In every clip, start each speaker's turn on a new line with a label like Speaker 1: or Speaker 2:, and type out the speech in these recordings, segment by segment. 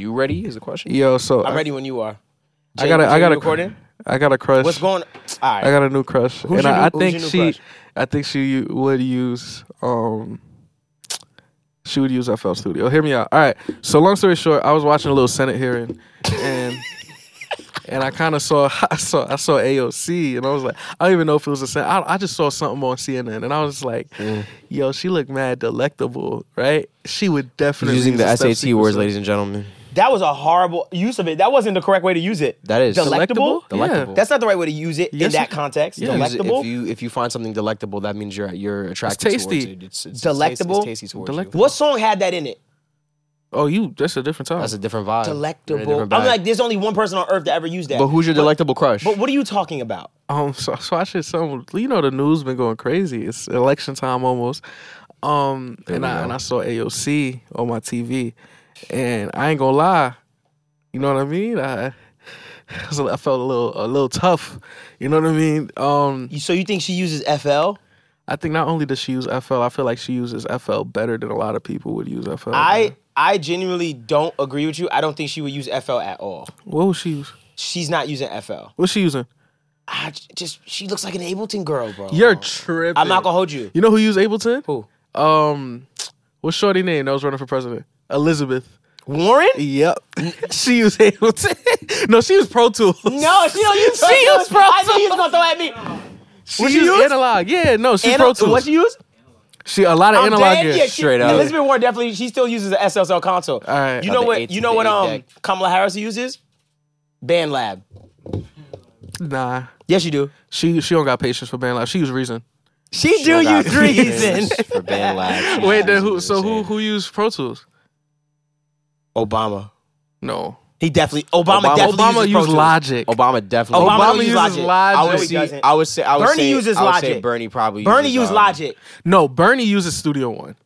Speaker 1: You ready? Is the question?
Speaker 2: Yo, so
Speaker 3: I'm ready when you are.
Speaker 2: I got a, I
Speaker 3: Jay,
Speaker 2: got
Speaker 3: you
Speaker 2: a
Speaker 3: recording.
Speaker 2: I got a crush.
Speaker 3: What's going? All
Speaker 2: I
Speaker 3: right.
Speaker 2: got a new crush,
Speaker 3: Who's
Speaker 2: and
Speaker 3: your
Speaker 2: I,
Speaker 3: new-
Speaker 2: I
Speaker 3: who's
Speaker 2: think
Speaker 3: your new
Speaker 2: she,
Speaker 3: crush?
Speaker 2: I think she u- would use, um, she would use FL Studio. Hear me out. All right. So long story short, I was watching a little Senate hearing, and and I kind of saw, I saw, I saw AOC, and I was like, I don't even know if it was a Senate. I, I just saw something on CNN, and I was like,
Speaker 3: Mm.
Speaker 2: yo, she looked mad delectable, right? She would definitely
Speaker 4: Using
Speaker 2: use
Speaker 4: the
Speaker 2: step
Speaker 4: SAT words,
Speaker 2: sequencer.
Speaker 4: ladies and gentlemen.
Speaker 3: That was a horrible use of it. That wasn't the correct way to use it.
Speaker 4: That is.
Speaker 3: delectable.
Speaker 2: Delectable?
Speaker 4: Delectable.
Speaker 3: That's not the right way to use it in
Speaker 2: Yes,
Speaker 3: that
Speaker 2: it-
Speaker 3: context.
Speaker 2: yeah.
Speaker 4: Use it-
Speaker 3: Delectable.
Speaker 4: If you if you find something delectable, that means you're you're attracted towards
Speaker 2: tasty.
Speaker 4: it. It's, it's
Speaker 3: Delectable?
Speaker 4: Tasty, it's tasty towards
Speaker 2: Delectable.
Speaker 4: you.
Speaker 3: what song had that in it?
Speaker 2: Oh, you, that's a different time.
Speaker 4: That's a different vibe. You're in a
Speaker 3: Delectable.
Speaker 4: different
Speaker 3: I'm
Speaker 4: vibe.
Speaker 3: like, there's only one person on earth that ever used that.
Speaker 4: but who's your delectable crush?
Speaker 3: But what are you talking about?
Speaker 2: Um, so, so I should some. You know, the news been going crazy. It's election time almost. Um, and I and I saw AOC on my TV, and I ain't gonna lie. You know what I mean? I, I was a li- I felt a little a little tough. You know what I mean? Um,
Speaker 3: You- So you think she uses
Speaker 4: Uh-huh.
Speaker 3: FL?
Speaker 2: I think not only does she use FL, I feel like she uses FL better than a lot of people would use FL.
Speaker 3: I I genuinely don't agree with you. I don't think she would use FL at all.
Speaker 2: what was she use?
Speaker 3: She's not using FL.
Speaker 2: What's she using?
Speaker 3: I j- just she looks like an Ableton girl, bro.
Speaker 2: You're tripping.
Speaker 3: Oh. I'm not gonna hold you.
Speaker 2: You know who used Ableton?
Speaker 3: Who?
Speaker 2: Um, what's shorty name that was running for president? Elizabeth.
Speaker 3: Warren?
Speaker 2: Yep. she was able to. no, she was Pro Tools.
Speaker 3: No, she don't use.
Speaker 2: She used Pro
Speaker 3: I knew
Speaker 2: Tools.
Speaker 3: you was gonna throw at me.
Speaker 2: She
Speaker 3: What
Speaker 2: used
Speaker 3: she use?
Speaker 2: analog. Yeah, no, she
Speaker 3: Ana-
Speaker 2: Pro Tools.
Speaker 3: what she use?
Speaker 2: she a lot of
Speaker 3: I'm
Speaker 2: analog
Speaker 3: dead.
Speaker 2: gear.
Speaker 3: Yeah, she,
Speaker 4: straight up.
Speaker 3: Elizabeth Warren definitely. She still uses the SSL console.
Speaker 2: All right.
Speaker 3: You know
Speaker 4: the
Speaker 3: what?
Speaker 4: eight-
Speaker 3: you know
Speaker 4: the
Speaker 3: what?
Speaker 4: eight
Speaker 3: Um,
Speaker 4: deck.
Speaker 3: Kamala Harris uses Band Lab.
Speaker 2: Nah,
Speaker 3: Yes, you do.
Speaker 2: she she don't got patience for band life. She use Reason.
Speaker 3: She, do
Speaker 4: Got
Speaker 3: use Reason.
Speaker 4: for band lab.
Speaker 2: Wait, then who? So who who used Pro Tools?
Speaker 3: Obama.
Speaker 2: No,
Speaker 3: He definitely. Obama,
Speaker 4: Obama-
Speaker 3: definitely
Speaker 2: Obama
Speaker 3: uses Pro
Speaker 2: used
Speaker 3: Tools.
Speaker 2: Logic.
Speaker 4: Obama definitely.
Speaker 3: Obama
Speaker 2: Obama
Speaker 3: uses
Speaker 2: uses
Speaker 3: Logic.
Speaker 2: Logic.
Speaker 4: I
Speaker 3: No,
Speaker 4: would
Speaker 3: he
Speaker 4: see.
Speaker 3: doesn't.
Speaker 4: I would say. I would
Speaker 3: Bernie
Speaker 4: say,
Speaker 3: uses
Speaker 4: I would say
Speaker 3: Logic.
Speaker 4: Bernie probably.
Speaker 3: Bernie
Speaker 4: uses,
Speaker 3: used
Speaker 4: um,
Speaker 3: Logic.
Speaker 2: No, Bernie uses Studio One.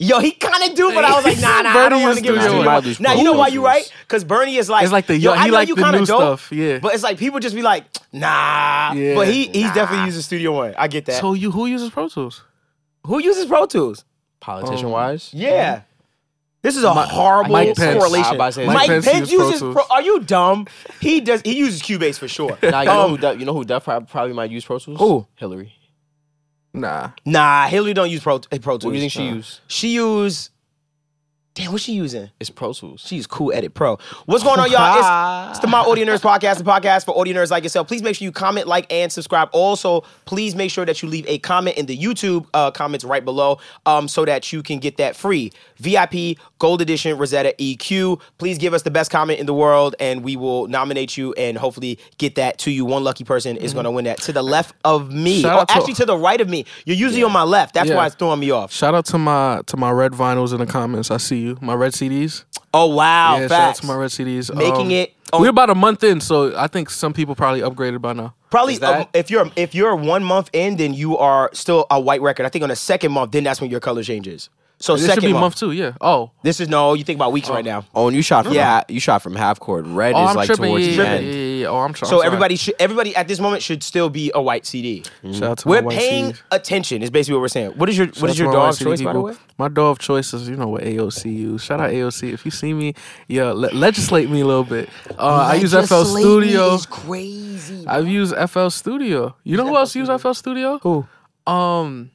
Speaker 3: Yo, he kind of do, but I was like, nah, nah, I
Speaker 2: Bernie
Speaker 3: don't want
Speaker 2: is
Speaker 3: to give him
Speaker 2: doing
Speaker 3: too
Speaker 2: it.
Speaker 3: much.
Speaker 4: Might lose
Speaker 3: Now you know
Speaker 4: Pro
Speaker 3: why you
Speaker 4: Tools.
Speaker 3: right? Because Bernie is like,
Speaker 2: It's like the-
Speaker 3: yo,
Speaker 2: he
Speaker 3: I know
Speaker 2: like
Speaker 3: you
Speaker 2: the
Speaker 3: kind
Speaker 2: new
Speaker 3: of dope,
Speaker 2: stuff, yeah.
Speaker 3: But it's like people just be like, nah.
Speaker 2: Yeah,
Speaker 3: but he he's definitely uses Studio One. I get that.
Speaker 2: So you who uses Pro Tools?
Speaker 3: who uses Pro Tools?
Speaker 4: Politician wise,
Speaker 3: Yeah. This is a horrible
Speaker 2: Mike Pence.
Speaker 3: correlation.
Speaker 4: I about to say
Speaker 3: Mike,
Speaker 4: Mike
Speaker 3: Pence,
Speaker 2: Pence uses Pro
Speaker 3: uses Pro,
Speaker 2: Tools.
Speaker 3: Are you dumb? He does. He uses Cubase for sure.
Speaker 4: Nah, you, know
Speaker 3: Um,
Speaker 4: who def- you know who def prob- probably might use Pro Tools?
Speaker 3: Who?
Speaker 4: Hillary.
Speaker 2: Nah,
Speaker 3: nah, Hillary don't use Pro, eh, Pro Tools.
Speaker 4: What do you think she used?
Speaker 3: She use. Damn, what's she using?
Speaker 4: It's Pro Tools.
Speaker 3: She's cool edit pro. What's going on, y'all? It's, it's the My Audio Nerds podcast, the podcast for audio nerds like yourself. Please make sure you comment, like, and subscribe. Also, please make sure that you leave a comment in the YouTube uh, comments right below um, so that you can get that free VIP Gold Edition Rosetta EQ. Please give us the best comment in the world, and we will nominate you and hopefully get that to you. One lucky person is going to win that. To the left of me,
Speaker 2: Mm-hmm. Shout
Speaker 3: oh,
Speaker 2: out to-
Speaker 3: actually to the right of me. You're usually on my left. That's
Speaker 2: Yeah.
Speaker 3: why it's throwing me off.
Speaker 2: shout out to my to my red vinyls in the comments. I see you. My red CDs.
Speaker 3: Oh wow,
Speaker 2: yeah, shout out
Speaker 3: facts.
Speaker 2: to my red CDs.
Speaker 3: Making it on-
Speaker 2: We're about a month in, so I think some people probably upgraded by now.
Speaker 3: Probably
Speaker 4: Is that-
Speaker 3: um, if you're if you're one month in, then you are still a white record. I think on the second month, then that's when your color changes. So
Speaker 2: This
Speaker 3: second
Speaker 2: should be
Speaker 3: month.
Speaker 2: month two. Yeah. Oh,
Speaker 3: This is no. You think about weeks right now.
Speaker 4: Oh, and you shot from
Speaker 3: Yeah.
Speaker 4: yeah. you shot from half court. Red
Speaker 2: Oh,
Speaker 4: is
Speaker 2: I'm
Speaker 4: like
Speaker 2: tripping.
Speaker 4: towards
Speaker 2: yeah,
Speaker 4: the
Speaker 2: yeah,
Speaker 4: end.
Speaker 2: yeah, yeah, yeah. Oh, I'm tr- I'm
Speaker 3: So
Speaker 2: sorry.
Speaker 3: everybody should everybody at this moment should still be a white CD.
Speaker 4: Mm-hmm.
Speaker 2: Shout out to
Speaker 3: We're
Speaker 2: my white
Speaker 3: paying
Speaker 2: CDs.
Speaker 3: attention. Is basically what we're saying. What is your
Speaker 2: Shout
Speaker 3: what
Speaker 2: out
Speaker 3: is
Speaker 2: to
Speaker 3: your
Speaker 2: my white
Speaker 3: dog's
Speaker 2: CD
Speaker 3: choice by the
Speaker 2: people.
Speaker 3: way?
Speaker 2: My dog of choice is, you know, what AOC use. Shout out AOC. If you see me, yeah, le- legislate me a little bit. Uh, I use FL Studio.
Speaker 3: crazy.
Speaker 2: I've used FL Studio. You know who else used FL Studio?
Speaker 3: Who?
Speaker 2: Um,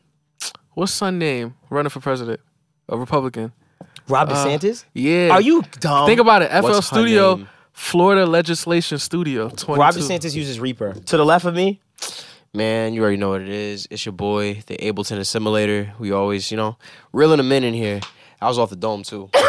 Speaker 2: what's son name running for president? A Republican.
Speaker 3: Rob DeSantis.
Speaker 2: Yeah.
Speaker 3: Are you dumb?
Speaker 2: Think Uh, about it. FL
Speaker 4: Um, What's her
Speaker 2: Studio,
Speaker 4: name?
Speaker 2: Florida Legislation Studio. 22.
Speaker 3: Rob DeSantis uses Reaper. To the left of me,
Speaker 4: Man, you already know what it is. It's your boy, the Ableton Assimilator. We always, you know, reeling them in in here. I was off the dome too.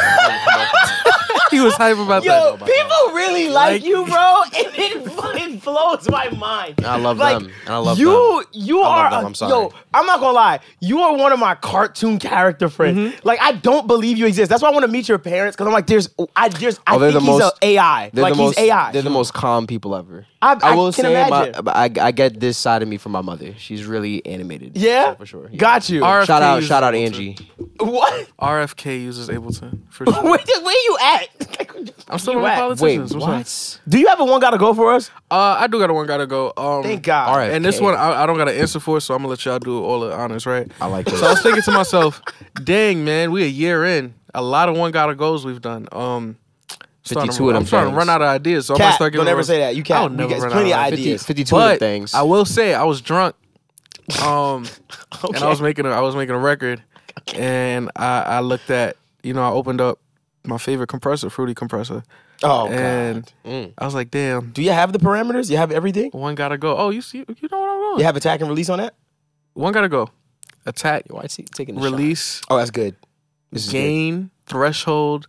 Speaker 2: He was hype about
Speaker 3: Yo,
Speaker 2: that.
Speaker 3: people really like, you, bro, and it fucking blows my mind.
Speaker 4: I love
Speaker 3: like,
Speaker 4: them. And I love
Speaker 3: you.
Speaker 4: them.
Speaker 3: You
Speaker 4: I love
Speaker 3: are.
Speaker 4: them.
Speaker 3: a-
Speaker 4: I'm sorry.
Speaker 3: Yo, I'm not gonna lie. You are one of my cartoon character friends.
Speaker 4: Mm-hmm.
Speaker 3: Like, I don't believe you exist. That's why I want to meet your parents because I'm like, there's, I, there's, I
Speaker 4: Oh, they're
Speaker 3: think
Speaker 4: the
Speaker 3: he's
Speaker 4: most-
Speaker 3: a AI.
Speaker 4: They're
Speaker 3: Like
Speaker 4: the
Speaker 3: he's
Speaker 4: most,
Speaker 3: AI.
Speaker 4: They're the most calm people ever.
Speaker 3: I- I
Speaker 4: will
Speaker 3: can
Speaker 4: say,
Speaker 3: imagine.
Speaker 4: My, I, I get this side of me from my mother. She's really animated.
Speaker 3: yeah,
Speaker 4: for sure.
Speaker 3: Got you.
Speaker 2: Our-
Speaker 4: Shout out,
Speaker 2: RFK
Speaker 4: shout out,
Speaker 2: uses
Speaker 4: Angie.
Speaker 3: What?
Speaker 2: RFK uses Ableton. For sure.
Speaker 3: Where, did- where you at?
Speaker 2: I'm still
Speaker 3: You
Speaker 2: on
Speaker 3: at?
Speaker 4: Wait,
Speaker 2: politicians. What's up?
Speaker 4: what?
Speaker 3: Do you have a one gotta go for us?
Speaker 2: Uh, I do got a one gotta go. Um,
Speaker 3: Thank God. All right.
Speaker 2: And this
Speaker 4: RFK.
Speaker 2: one I, I don't got an answer for, so I'm gonna let y'all do all the honors, right?
Speaker 4: I like
Speaker 2: So I
Speaker 4: this.
Speaker 2: was thinking to myself, dang man, we a year in. A lot of one gotta goes we've done. Um,
Speaker 4: 52
Speaker 2: starting
Speaker 4: of
Speaker 2: to,
Speaker 4: them
Speaker 2: I'm starting to
Speaker 4: things.
Speaker 2: run out of ideas, so I'm gonna
Speaker 3: Cat,
Speaker 2: start giving.
Speaker 3: don't ever
Speaker 2: a-
Speaker 3: say that. You can't.
Speaker 2: I'll
Speaker 3: We
Speaker 2: never
Speaker 3: got
Speaker 2: run
Speaker 3: plenty
Speaker 2: out
Speaker 3: of
Speaker 2: of
Speaker 4: 50,
Speaker 3: ideas.
Speaker 4: 52 of
Speaker 2: But
Speaker 4: things.
Speaker 2: I will say I was drunk, um, and I was making a, I was making a record, and I, I looked at you know I opened up my favorite compressor, fruity compressor,
Speaker 3: Oh, God. Mm.
Speaker 2: and I was like, damn,
Speaker 3: Do you have the parameters? You have everything?
Speaker 2: one gotta go. Oh, you see, you know what I'm on.
Speaker 3: You have attack and release on that?
Speaker 2: one gotta go. Attack,
Speaker 4: Why is he taking the shot?
Speaker 2: release,
Speaker 3: Oh, that's good. This is good.
Speaker 2: gain, threshold,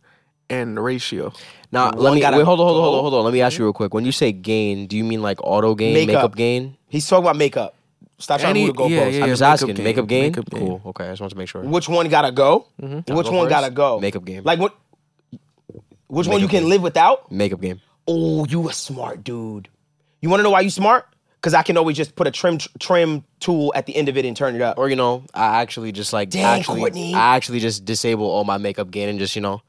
Speaker 2: and ratio.
Speaker 4: Now,
Speaker 3: One
Speaker 4: let me
Speaker 3: gotta
Speaker 4: wait, hold on, hold on, hold
Speaker 3: go.
Speaker 4: on, hold on. Let me ask you real quick. When you say gain, do you mean like auto gain,
Speaker 3: Makeup.
Speaker 4: makeup, gain?
Speaker 3: He's talking about makeup. Stop trying
Speaker 2: Any-
Speaker 3: to move the goalposts.
Speaker 2: yeah, yeah.
Speaker 4: I'm just
Speaker 2: makeup
Speaker 4: asking.
Speaker 2: gain,
Speaker 4: makeup gain?
Speaker 2: makeup gain.
Speaker 4: Cool. Okay, I just wanted to make sure.
Speaker 3: Which one gotta go?
Speaker 2: Mm-hmm.
Speaker 3: Which
Speaker 4: Go
Speaker 3: one
Speaker 4: first?
Speaker 3: gotta go?
Speaker 4: Makeup game.
Speaker 3: Like what? Which one you
Speaker 4: Makeup
Speaker 3: can live without?
Speaker 4: Makeup game.
Speaker 3: Oh, you a smart dude. You want to know why you smart? Because I can always just put a trim trim tool at the end of it and turn it up.
Speaker 4: Or you know, I actually just like
Speaker 3: Dang,
Speaker 4: actually
Speaker 3: Courtney.
Speaker 4: I actually just disable all my makeup gain and just, you know.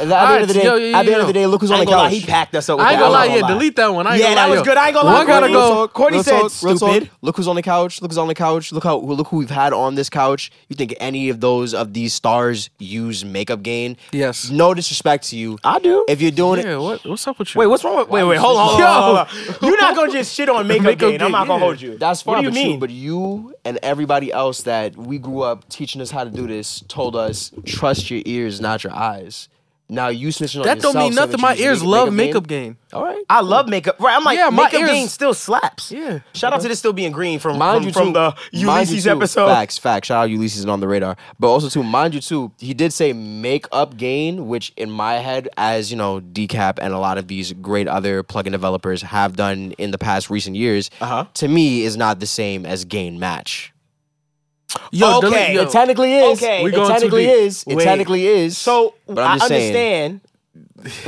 Speaker 4: At the
Speaker 2: right,
Speaker 4: end of the day,
Speaker 2: yo, yo,
Speaker 4: at the end
Speaker 2: yo.
Speaker 4: of the day, look who's
Speaker 3: I
Speaker 4: on the
Speaker 3: ain't gonna lie,
Speaker 4: couch.
Speaker 3: he packed us up. With
Speaker 2: I ain't
Speaker 3: that.
Speaker 2: gonna lie,
Speaker 3: I'm not
Speaker 2: yeah, delete that one. I ain't
Speaker 3: yeah,
Speaker 2: gonna
Speaker 3: that
Speaker 2: lie,
Speaker 3: was
Speaker 2: yo.
Speaker 3: good. I ain't gonna lie.
Speaker 2: One gotta
Speaker 3: Courtney,
Speaker 2: go.
Speaker 3: so Courtney
Speaker 4: Real
Speaker 3: said,
Speaker 4: talk, real talk.
Speaker 3: "Stupid."
Speaker 4: Look who's on the couch. Look who's on the couch. Look how look who we've had on this couch. You think any of those of these stars use makeup gain?
Speaker 2: Yes.
Speaker 4: No disrespect to you.
Speaker 3: I do.
Speaker 4: If you're doing it,
Speaker 2: Yeah, what, what's up with you?
Speaker 3: Wait, what's wrong with? Wait, wait, hold on. Hold on, hold on. You're not gonna just shit on makeup,
Speaker 2: Makeup
Speaker 3: game. I'm
Speaker 2: game,
Speaker 3: not gonna
Speaker 2: yeah.
Speaker 3: hold you.
Speaker 4: that's fine.
Speaker 3: What do you
Speaker 4: but
Speaker 3: mean?
Speaker 4: but you and everybody else that we grew up teaching us how to do this told us trust your ears, not your eyes. Now you snitching on
Speaker 2: That
Speaker 4: yourself
Speaker 2: don't mean
Speaker 4: saying
Speaker 2: nothing.
Speaker 4: that
Speaker 2: My
Speaker 4: you use
Speaker 2: ears love makeup game.
Speaker 4: All right.
Speaker 3: I love makeup. Right, I'm like,
Speaker 2: Yeah, my
Speaker 3: makeup
Speaker 2: ears-
Speaker 3: game still slaps.
Speaker 2: Yeah.
Speaker 3: Shout out to this still being green from
Speaker 4: Mind
Speaker 3: from,
Speaker 4: you,
Speaker 3: from
Speaker 4: too,
Speaker 3: the
Speaker 4: mind you
Speaker 3: Ulysses
Speaker 4: too,
Speaker 3: episode.
Speaker 4: Facts, facts. Shout out Ulysses and on the radar. But also too, mind you too, he did say make up gain, which in my head, as you know, Decap and a lot of these great other plugin developers have done in the past recent years.
Speaker 3: Uh-huh.
Speaker 4: To me, is not the same as gain match.
Speaker 2: Yo,
Speaker 3: Okay.
Speaker 2: delete- yo.
Speaker 4: It technically is.
Speaker 3: Okay. We
Speaker 4: It
Speaker 2: going too
Speaker 4: technically
Speaker 2: deep.
Speaker 4: is. It
Speaker 3: Wait.
Speaker 4: technically is.
Speaker 3: So
Speaker 4: But
Speaker 3: I
Speaker 4: I'm just saying.
Speaker 3: understand.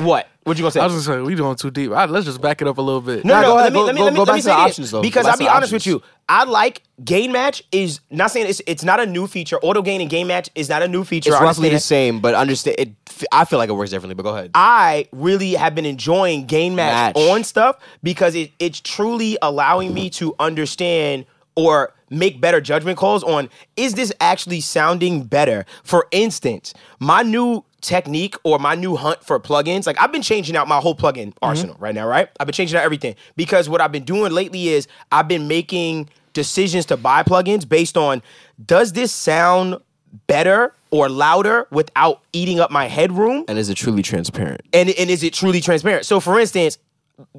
Speaker 3: What? What you gonna say?
Speaker 2: I was just like, we going too deep. All right, let's just back it up a little bit.
Speaker 3: no, no,
Speaker 4: Nah,
Speaker 3: no.
Speaker 4: go
Speaker 3: Let
Speaker 4: ahead.
Speaker 3: me
Speaker 4: Go-
Speaker 3: let me
Speaker 4: go-
Speaker 3: let me
Speaker 4: go
Speaker 3: let
Speaker 4: back
Speaker 3: me
Speaker 4: to
Speaker 3: say
Speaker 4: the
Speaker 3: this.
Speaker 4: options, though. Go
Speaker 3: Because
Speaker 4: back
Speaker 3: I'll
Speaker 4: to
Speaker 3: be
Speaker 4: the
Speaker 3: honest with
Speaker 4: options.
Speaker 3: you. I like gain match is not saying it's it's not a new feature. Auto gain and gain match is not a new feature.
Speaker 4: it's
Speaker 3: I
Speaker 4: roughly the
Speaker 3: understand.
Speaker 4: same, but understand. It, I feel like it works differently. But go ahead.
Speaker 3: I really have been enjoying game match,
Speaker 4: Match.
Speaker 3: on stuff because it, it's truly allowing me to understand or make better judgment calls on is this actually sounding better? For instance, my new technique or my new hunt for plugins, like I've been changing out my whole plugin
Speaker 4: Mm-hmm.
Speaker 3: arsenal right now, right? I've been changing out everything because what I've been doing lately is I've been making decisions to buy plugins based on does this sound better or louder without eating up my headroom
Speaker 4: and is it truly transparent?
Speaker 3: and and is it truly transparent? So, for instance,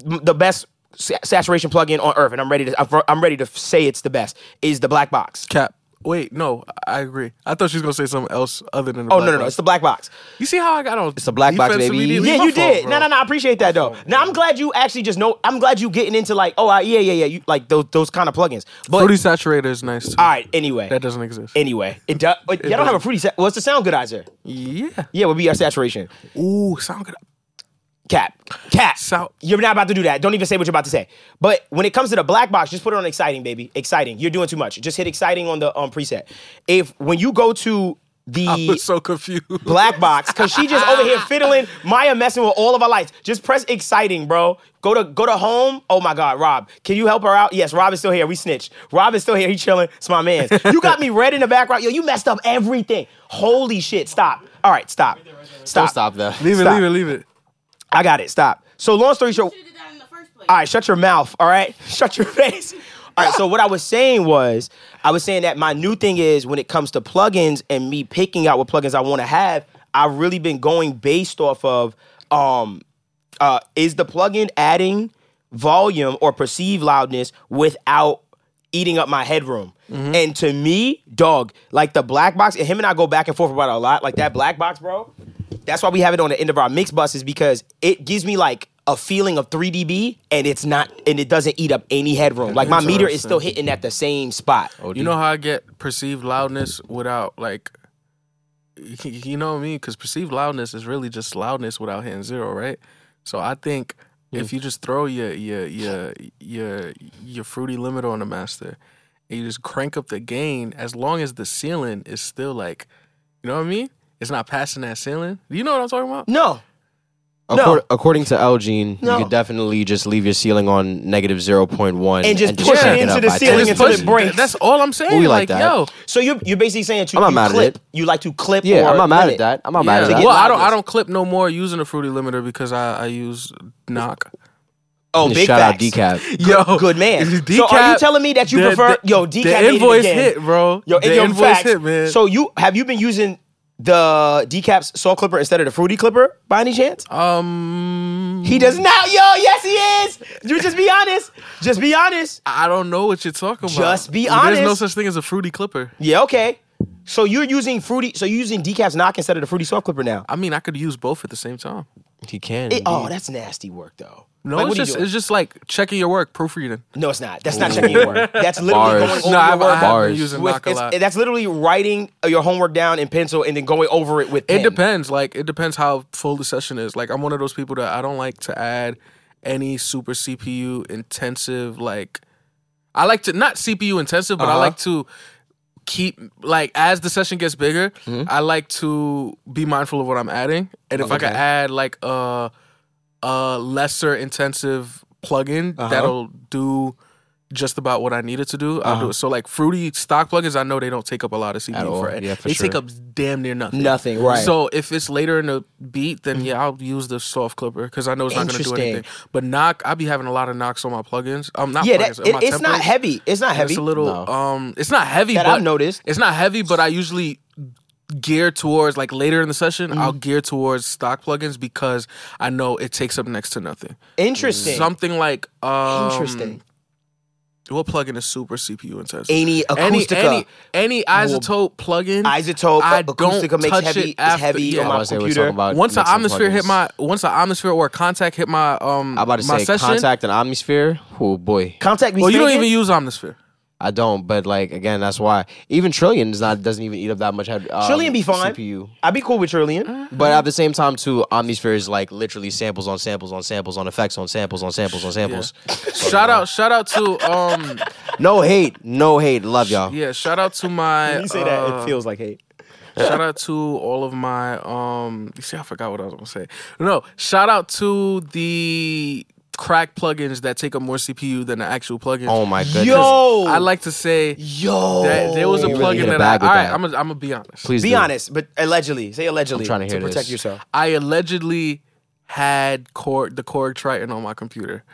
Speaker 3: m- the best sa- saturation plugin on earth, and I'm ready to I'm fr- I'm ready to f- say it's the best is the black box.
Speaker 2: Cap. Wait, no, I agree. I thought she was gonna say something else other than. The
Speaker 3: Oh
Speaker 2: black
Speaker 3: no no no,
Speaker 2: box.
Speaker 3: it's the black box.
Speaker 2: You see how I got on? It's
Speaker 4: a black box, baby.
Speaker 3: Yeah, you did. no no no, I appreciate that though. Now I'm glad you actually just know. I'm glad you getting into like oh uh, yeah yeah yeah you like those those kind of plugins. But
Speaker 2: Fruity saturator is nice too.
Speaker 3: all right, anyway,
Speaker 2: That doesn't exist.
Speaker 3: anyway, it does. I don't have a
Speaker 2: doesn't.
Speaker 3: fruity. Sa- What's the soundgoodizer?
Speaker 2: yeah.
Speaker 3: Yeah, would be our saturation.
Speaker 2: Ooh, sound good.
Speaker 3: Cap. Cap.
Speaker 2: So-
Speaker 3: you're not about to do that. Don't even say what you're about to say. But when it comes to the black box, just put it on exciting, baby. Exciting. You're doing too much. Just hit exciting on the um, preset. If when you go to
Speaker 2: I was
Speaker 3: the
Speaker 2: so confused.
Speaker 3: Eh. black box, cause she just over here fiddling, Maya messing with all of our lights. Just press exciting, bro. Go to go to home. Oh my God, Rob, can you help her out? Yes, Rob is still here. We snitched. Rob is still here. He chilling. It's my man. You got me red in the background. Yo, you messed up everything. Holy shit! Stop. All right, stop. Stop.
Speaker 4: Don't stop that.
Speaker 2: leave it.
Speaker 3: Stop.
Speaker 2: Leave it. Leave it.
Speaker 3: I got it. Stop. So long story short.
Speaker 1: should have done in the first place.
Speaker 3: All right, shut your mouth. All right, shut your face. All right. So what I was saying was, I was saying that my new thing is when it comes to plugins and me picking out what plugins I want to have. I've really been going based off of, um, uh, is the plugin adding volume or perceived loudness without eating up my headroom?
Speaker 4: Mm-hmm.
Speaker 3: And to me, dog, like the black box, and him and I go back and forth about it a lot. Like that black box, bro. That's why we have it on the end of our mix buses because it gives me like a feeling of 3 dB and it's not and it doesn't eat up any headroom. Like my meter is still hitting at the same spot.
Speaker 4: Oh.
Speaker 2: You know how I get perceived loudness without like. You know what I mean? Because perceived loudness is really just loudness without hitting zero, right? So I think if you just throw your your your your your fruity limiter on the master, and you just crank up the gain, as long as the ceiling is still like, you know what I mean? It's not passing that ceiling. Do you know what I'm talking about?
Speaker 3: No.
Speaker 4: Accor- according to Elgin, you could definitely just leave your ceiling on negative zero point one
Speaker 3: And just push it
Speaker 4: crank
Speaker 3: into
Speaker 4: up
Speaker 3: the
Speaker 4: by
Speaker 3: ceiling
Speaker 4: 10.
Speaker 3: until it breaks.
Speaker 2: That's all I'm saying.
Speaker 4: We
Speaker 2: like,
Speaker 4: like that.
Speaker 2: yo,
Speaker 3: So you're you're basically saying to,
Speaker 4: I'm not
Speaker 3: you
Speaker 4: mad at
Speaker 3: clip.
Speaker 4: it.
Speaker 3: You like to clip?
Speaker 4: Yeah,
Speaker 3: or
Speaker 4: I'm not mad
Speaker 3: limit.
Speaker 4: at that. I'm not mad
Speaker 2: Yeah.
Speaker 4: at
Speaker 3: To
Speaker 4: that.
Speaker 3: get
Speaker 2: Well, I don't. I
Speaker 3: loudness.
Speaker 2: don't clip no more using the fruity limiter because I, I use knock.
Speaker 3: Oh, big
Speaker 4: Shout
Speaker 3: facts.
Speaker 4: out decaf.
Speaker 2: Yo,
Speaker 3: good man.
Speaker 2: Decap,
Speaker 3: So are you telling me that you
Speaker 2: the-
Speaker 3: prefer-
Speaker 2: the-
Speaker 3: yo, Decap made
Speaker 2: The
Speaker 3: it
Speaker 2: invoice
Speaker 3: again.
Speaker 2: hit, bro.
Speaker 3: Yo,
Speaker 2: the
Speaker 3: yo,
Speaker 2: invoice
Speaker 3: facts.
Speaker 2: hit, man.
Speaker 3: So you have you been using the decaps saw clipper instead of the fruity clipper by any chance?
Speaker 2: um,
Speaker 3: he does not. Yo, yes, he is. You just be honest. Just be honest.
Speaker 2: I don't know what you're talking about.
Speaker 3: Just be
Speaker 2: There's no
Speaker 3: honest.
Speaker 2: such thing as a fruity clipper.
Speaker 3: Yeah, okay. So you're using fruity. So you're using decaps knock instead of the fruity saw clipper now.
Speaker 2: I mean, I could use both at the same time.
Speaker 4: He can.
Speaker 3: It- oh, that's nasty work though.
Speaker 2: No,
Speaker 3: Like,
Speaker 2: it's
Speaker 3: what are you
Speaker 2: just
Speaker 3: doing?
Speaker 2: it's just like checking your work, proofreading.
Speaker 3: no, it's not. That's not checking your work. That's literally
Speaker 4: Bars.
Speaker 3: going over
Speaker 2: No, I've, I
Speaker 3: your work.
Speaker 2: have been
Speaker 4: Bars.
Speaker 2: using
Speaker 3: with-
Speaker 2: knock a
Speaker 3: it's-
Speaker 2: lot. It,
Speaker 3: that's literally writing your homework down in pencil and then going over it with. pen.
Speaker 2: depends. Like it depends how full the session is. Like I'm one of those people that I don't like to add any super CPU intensive. Like I like to not CPU intensive,
Speaker 4: Uh-huh.
Speaker 2: but I like to keep like as the session gets bigger.
Speaker 4: Mm-hmm.
Speaker 2: I like to be mindful of what I'm adding, and if I can add like a a lesser intensive plugin
Speaker 4: Uh-huh.
Speaker 2: that'll do just about what I needed to do. I'll do it. So like fruity stock plugins, I know they don't take up a lot of CPU
Speaker 4: Uh-huh. all.
Speaker 2: for it.
Speaker 4: Yeah, for
Speaker 2: they
Speaker 4: sure.
Speaker 2: take up damn near nothing.
Speaker 3: Nothing, right. Mm-hmm.
Speaker 2: So if it's later in the beat, then yeah, I'll use the soft clipper because I know it's not gonna do
Speaker 3: Interesting.
Speaker 2: anything. But knock, I be having a lot of knocks on my plugins. Um, not
Speaker 3: Yeah,
Speaker 2: plugins,
Speaker 3: that,
Speaker 2: on my
Speaker 3: it, it's not
Speaker 2: templates.
Speaker 3: heavy. It's not heavy.
Speaker 2: It's a little um it's not heavy
Speaker 3: That
Speaker 2: but
Speaker 3: I've noticed.
Speaker 2: It's not heavy, but I usually gear towards like later in the session, I'll
Speaker 3: Mm-hmm.
Speaker 2: gear towards stock plugins because I know it takes up next to nothing.
Speaker 3: Interesting.
Speaker 2: Something like um
Speaker 3: Interesting.
Speaker 2: What plugin is super CPU intensive?
Speaker 3: Any
Speaker 2: any
Speaker 3: acoustica.
Speaker 2: any, any isotope plugin.
Speaker 3: Isotope,
Speaker 2: I
Speaker 3: acoustica
Speaker 2: don't
Speaker 3: makes
Speaker 2: touch
Speaker 3: heavy-
Speaker 2: it
Speaker 3: is
Speaker 2: after,
Speaker 3: heavy
Speaker 2: yeah.
Speaker 3: on
Speaker 4: I
Speaker 3: my
Speaker 4: was gonna say, we're
Speaker 3: computer.
Speaker 4: talking about
Speaker 2: once an
Speaker 4: mixing
Speaker 2: Omnisphere hit
Speaker 4: plugins.
Speaker 2: my once an Omnisphere or a Contact hit my
Speaker 4: I'm
Speaker 2: um
Speaker 4: about to
Speaker 2: my
Speaker 4: say
Speaker 2: session.
Speaker 4: contact and omnisphere. Oh boy,
Speaker 3: Contact me.
Speaker 2: well, you don't
Speaker 3: thinking?
Speaker 2: even use Omnisphere.
Speaker 4: I don't. But like again, that's why even trillion is not doesn't even eat up that much. head- Um,
Speaker 3: Trillion be fine.
Speaker 4: CPU.
Speaker 3: I'd be cool with
Speaker 2: Uh,
Speaker 3: Trillion.
Speaker 4: But at the same time, too, Omnisphere is like literally samples on samples on samples on effects on samples on samples on samples.
Speaker 2: Shout out, shout out to um
Speaker 4: No hate, no hate. Love y'all.
Speaker 2: yeah, shout out to my
Speaker 3: When you say that,
Speaker 2: uh,
Speaker 3: it feels like hate.
Speaker 2: shout out to all of my um you see i forgot what i was gonna say no shout out to the crack plugins that take up more cpu than the actual plugins
Speaker 4: Oh my goodness.
Speaker 3: Yo,
Speaker 2: i like to say
Speaker 3: yo.
Speaker 2: that there was a
Speaker 4: You really
Speaker 2: plugin
Speaker 4: hit it
Speaker 2: that i
Speaker 4: back with
Speaker 2: all right
Speaker 4: that.
Speaker 2: i'm gonna I'm gonna be honest
Speaker 4: please
Speaker 3: be
Speaker 4: do.
Speaker 3: honest, but allegedly, say allegedly.
Speaker 4: I'm trying to hear
Speaker 3: protect
Speaker 4: this.
Speaker 3: yourself.
Speaker 2: I allegedly had Korg, the Korg Triton on my computer.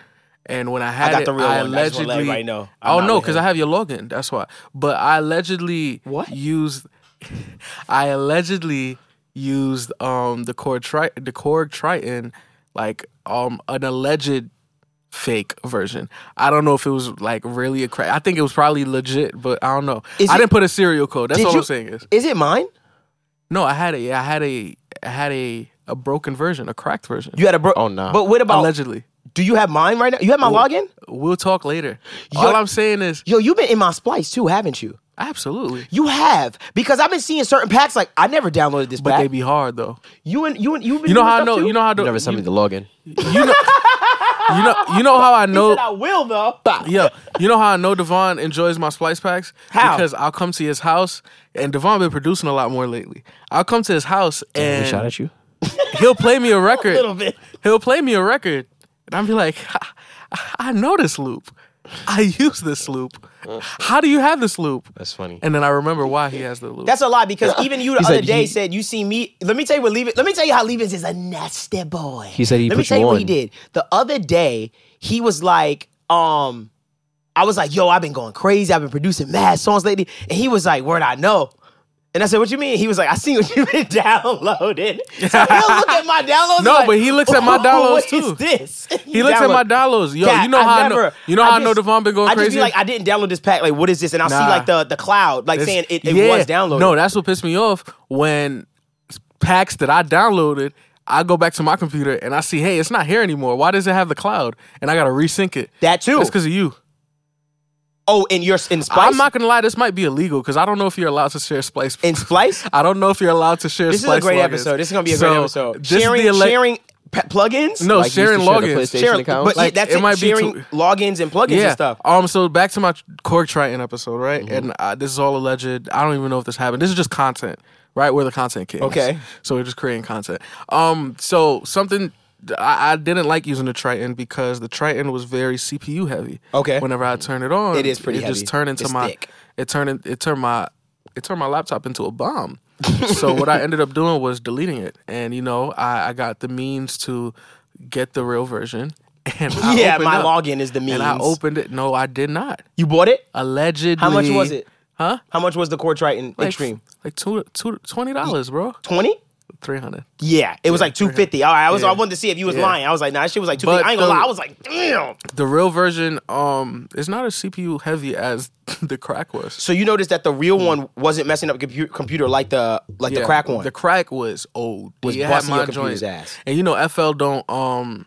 Speaker 2: And when I had
Speaker 3: got
Speaker 2: it,
Speaker 3: the real
Speaker 2: I
Speaker 3: one. I just
Speaker 2: allegedly.
Speaker 3: wanna let everybody know. I'm
Speaker 2: oh
Speaker 3: not
Speaker 2: no,
Speaker 3: with
Speaker 2: because
Speaker 3: him.
Speaker 2: I have your login. That's why. But I allegedly
Speaker 3: What?
Speaker 2: used. I allegedly used um the Korg Tri- the Korg Triton like um an alleged fake version. I don't know if it was like really a crack. I think it was probably legit, but I don't know.
Speaker 3: Is
Speaker 2: I
Speaker 3: it-
Speaker 2: didn't put a serial code. That's
Speaker 3: Did
Speaker 2: all
Speaker 3: you-
Speaker 2: I'm saying is.
Speaker 3: Is it mine?
Speaker 2: No, I had a I had a I had a a broken version, a cracked version.
Speaker 3: You had a bro.
Speaker 4: Oh, no.
Speaker 3: But what about?
Speaker 2: allegedly.
Speaker 3: Do you have mine right now? You have my login?
Speaker 2: We'll talk later. All I'm saying is
Speaker 3: Yo, you've been in my splice too, haven't you?
Speaker 2: absolutely.
Speaker 3: You have because I've been seeing certain packs like I never downloaded this
Speaker 2: But
Speaker 3: pack.
Speaker 2: they be hard though.
Speaker 3: you and you and you've been.
Speaker 2: You know
Speaker 3: doing
Speaker 2: how I
Speaker 3: stuff
Speaker 2: know
Speaker 3: too?
Speaker 2: you know how I know,
Speaker 4: You never sent me the login.
Speaker 2: you know you know how I know
Speaker 3: Said I will though.
Speaker 2: Yeah, you know how I know Devon enjoys my splice packs?
Speaker 3: How?
Speaker 2: Because I'll come to his house, and Devon been producing a lot more lately. I'll come to his house and
Speaker 4: Shout at you.
Speaker 2: he'll play me a record.
Speaker 3: little bit.
Speaker 2: He'll play me a record, and I'll be like, I, I know this loop. I use this loop.
Speaker 3: Uh-huh.
Speaker 2: How do you have this loop?
Speaker 4: That's funny.
Speaker 2: And then I remember why he has the loop.
Speaker 3: That's a lie because even you the
Speaker 4: He
Speaker 3: other
Speaker 4: said
Speaker 3: day
Speaker 4: he-
Speaker 3: said you see me. Let me tell you what Levens. Let me tell you how Levens is a nasty boy.
Speaker 4: He said he
Speaker 3: Let me
Speaker 4: put
Speaker 3: tell
Speaker 4: you
Speaker 3: you what
Speaker 4: on.
Speaker 3: he did. The other day he was like, um, I was like, yo, I've been going crazy. I've been producing mad songs lately, and he was like, word, I know. And I said, what you mean? He was like, I see what you've been downloading. So he'll look at my downloads. and
Speaker 2: No,
Speaker 3: like,
Speaker 2: but he looks at my
Speaker 3: "Ooh,
Speaker 2: downloads
Speaker 3: what
Speaker 2: too."
Speaker 3: is this?
Speaker 2: he looks at my dollars. Yo, you know how I, know.
Speaker 3: never-
Speaker 2: You know how I, know
Speaker 3: just-
Speaker 2: Devon been going
Speaker 3: I
Speaker 2: crazy.
Speaker 3: just be like, I didn't download this pack. Like, what is this? And I'll see
Speaker 2: Nah.
Speaker 3: like the the cloud, like saying it, it
Speaker 2: Yeah.
Speaker 3: was downloaded.
Speaker 2: No, that's what pissed me off when packs that I downloaded, I go back to my computer and I see, hey, it's not here anymore. Why does it have the cloud? And I gotta resync it.
Speaker 3: That too.
Speaker 2: That's because of you.
Speaker 3: Oh, in your in Splice.
Speaker 2: I'm not gonna lie, this might be illegal because I don't know if you're allowed to share Splice.
Speaker 3: in Splice.
Speaker 2: I don't know if you're allowed to share
Speaker 3: This is
Speaker 2: Splice
Speaker 3: a great
Speaker 2: logins.
Speaker 3: episode. This is gonna be a
Speaker 2: So,
Speaker 3: great episode.
Speaker 2: this is
Speaker 3: Sharing
Speaker 2: the ele-
Speaker 3: sharing pe- plugins.
Speaker 2: No,
Speaker 4: Like, you
Speaker 2: sharing
Speaker 4: used to share the
Speaker 2: logins.
Speaker 4: PlayStation
Speaker 3: sharing,
Speaker 4: account?
Speaker 3: but yeah,
Speaker 2: Like,
Speaker 3: that's
Speaker 2: it
Speaker 3: it.
Speaker 2: might be
Speaker 3: sharing
Speaker 2: too-
Speaker 3: logins and plugins and stuff. Mm-hmm.
Speaker 2: Um, so back to my Cork Triton episode, right? And uh, this is all alleged. I don't even know if this happened. This is just content, right? We're the content kings.
Speaker 3: Okay.
Speaker 2: So we're just creating content. Um, so something I, I didn't like using the Triton because the Triton was very CPU heavy.
Speaker 3: Okay.
Speaker 2: Whenever I turn it on,
Speaker 3: It is pretty
Speaker 2: It
Speaker 3: heavy.
Speaker 2: just turned into
Speaker 3: It's
Speaker 2: my.
Speaker 3: thick.
Speaker 2: It turned. in- It turned my. It turned my laptop into a bomb. so what I ended up doing was deleting it, and you know I, I got the means to get the real version. And I
Speaker 3: Yeah,
Speaker 2: opened
Speaker 3: my
Speaker 2: up,
Speaker 3: login is the means.
Speaker 2: And I opened it. No, I did not.
Speaker 3: You bought it?
Speaker 2: Allegedly.
Speaker 3: How much was it?
Speaker 2: Huh?
Speaker 3: How much was the Core Triton
Speaker 2: Like,
Speaker 3: Extreme?
Speaker 2: Like two, two, twenty dollars, bro.
Speaker 3: Twenty?
Speaker 2: Three hundred.
Speaker 3: Yeah, it was like two fifty. All right, I was I wanted to see if you was
Speaker 2: Yeah.
Speaker 3: lying. I was like, nah, that shit was like two
Speaker 2: But
Speaker 3: fifty. I ain't gonna
Speaker 2: the-
Speaker 3: lie. I was like, damn.
Speaker 2: The real version um is not as CPU heavy as the crack was.
Speaker 3: So you noticed that the real one wasn't messing up compu- computer like the like the
Speaker 2: Hmm. Yeah,
Speaker 3: crack one.
Speaker 2: The crack was old.
Speaker 3: Was
Speaker 2: It
Speaker 3: busting
Speaker 2: my
Speaker 3: your computer's
Speaker 2: joint.
Speaker 3: ass.
Speaker 2: And you know FL don't um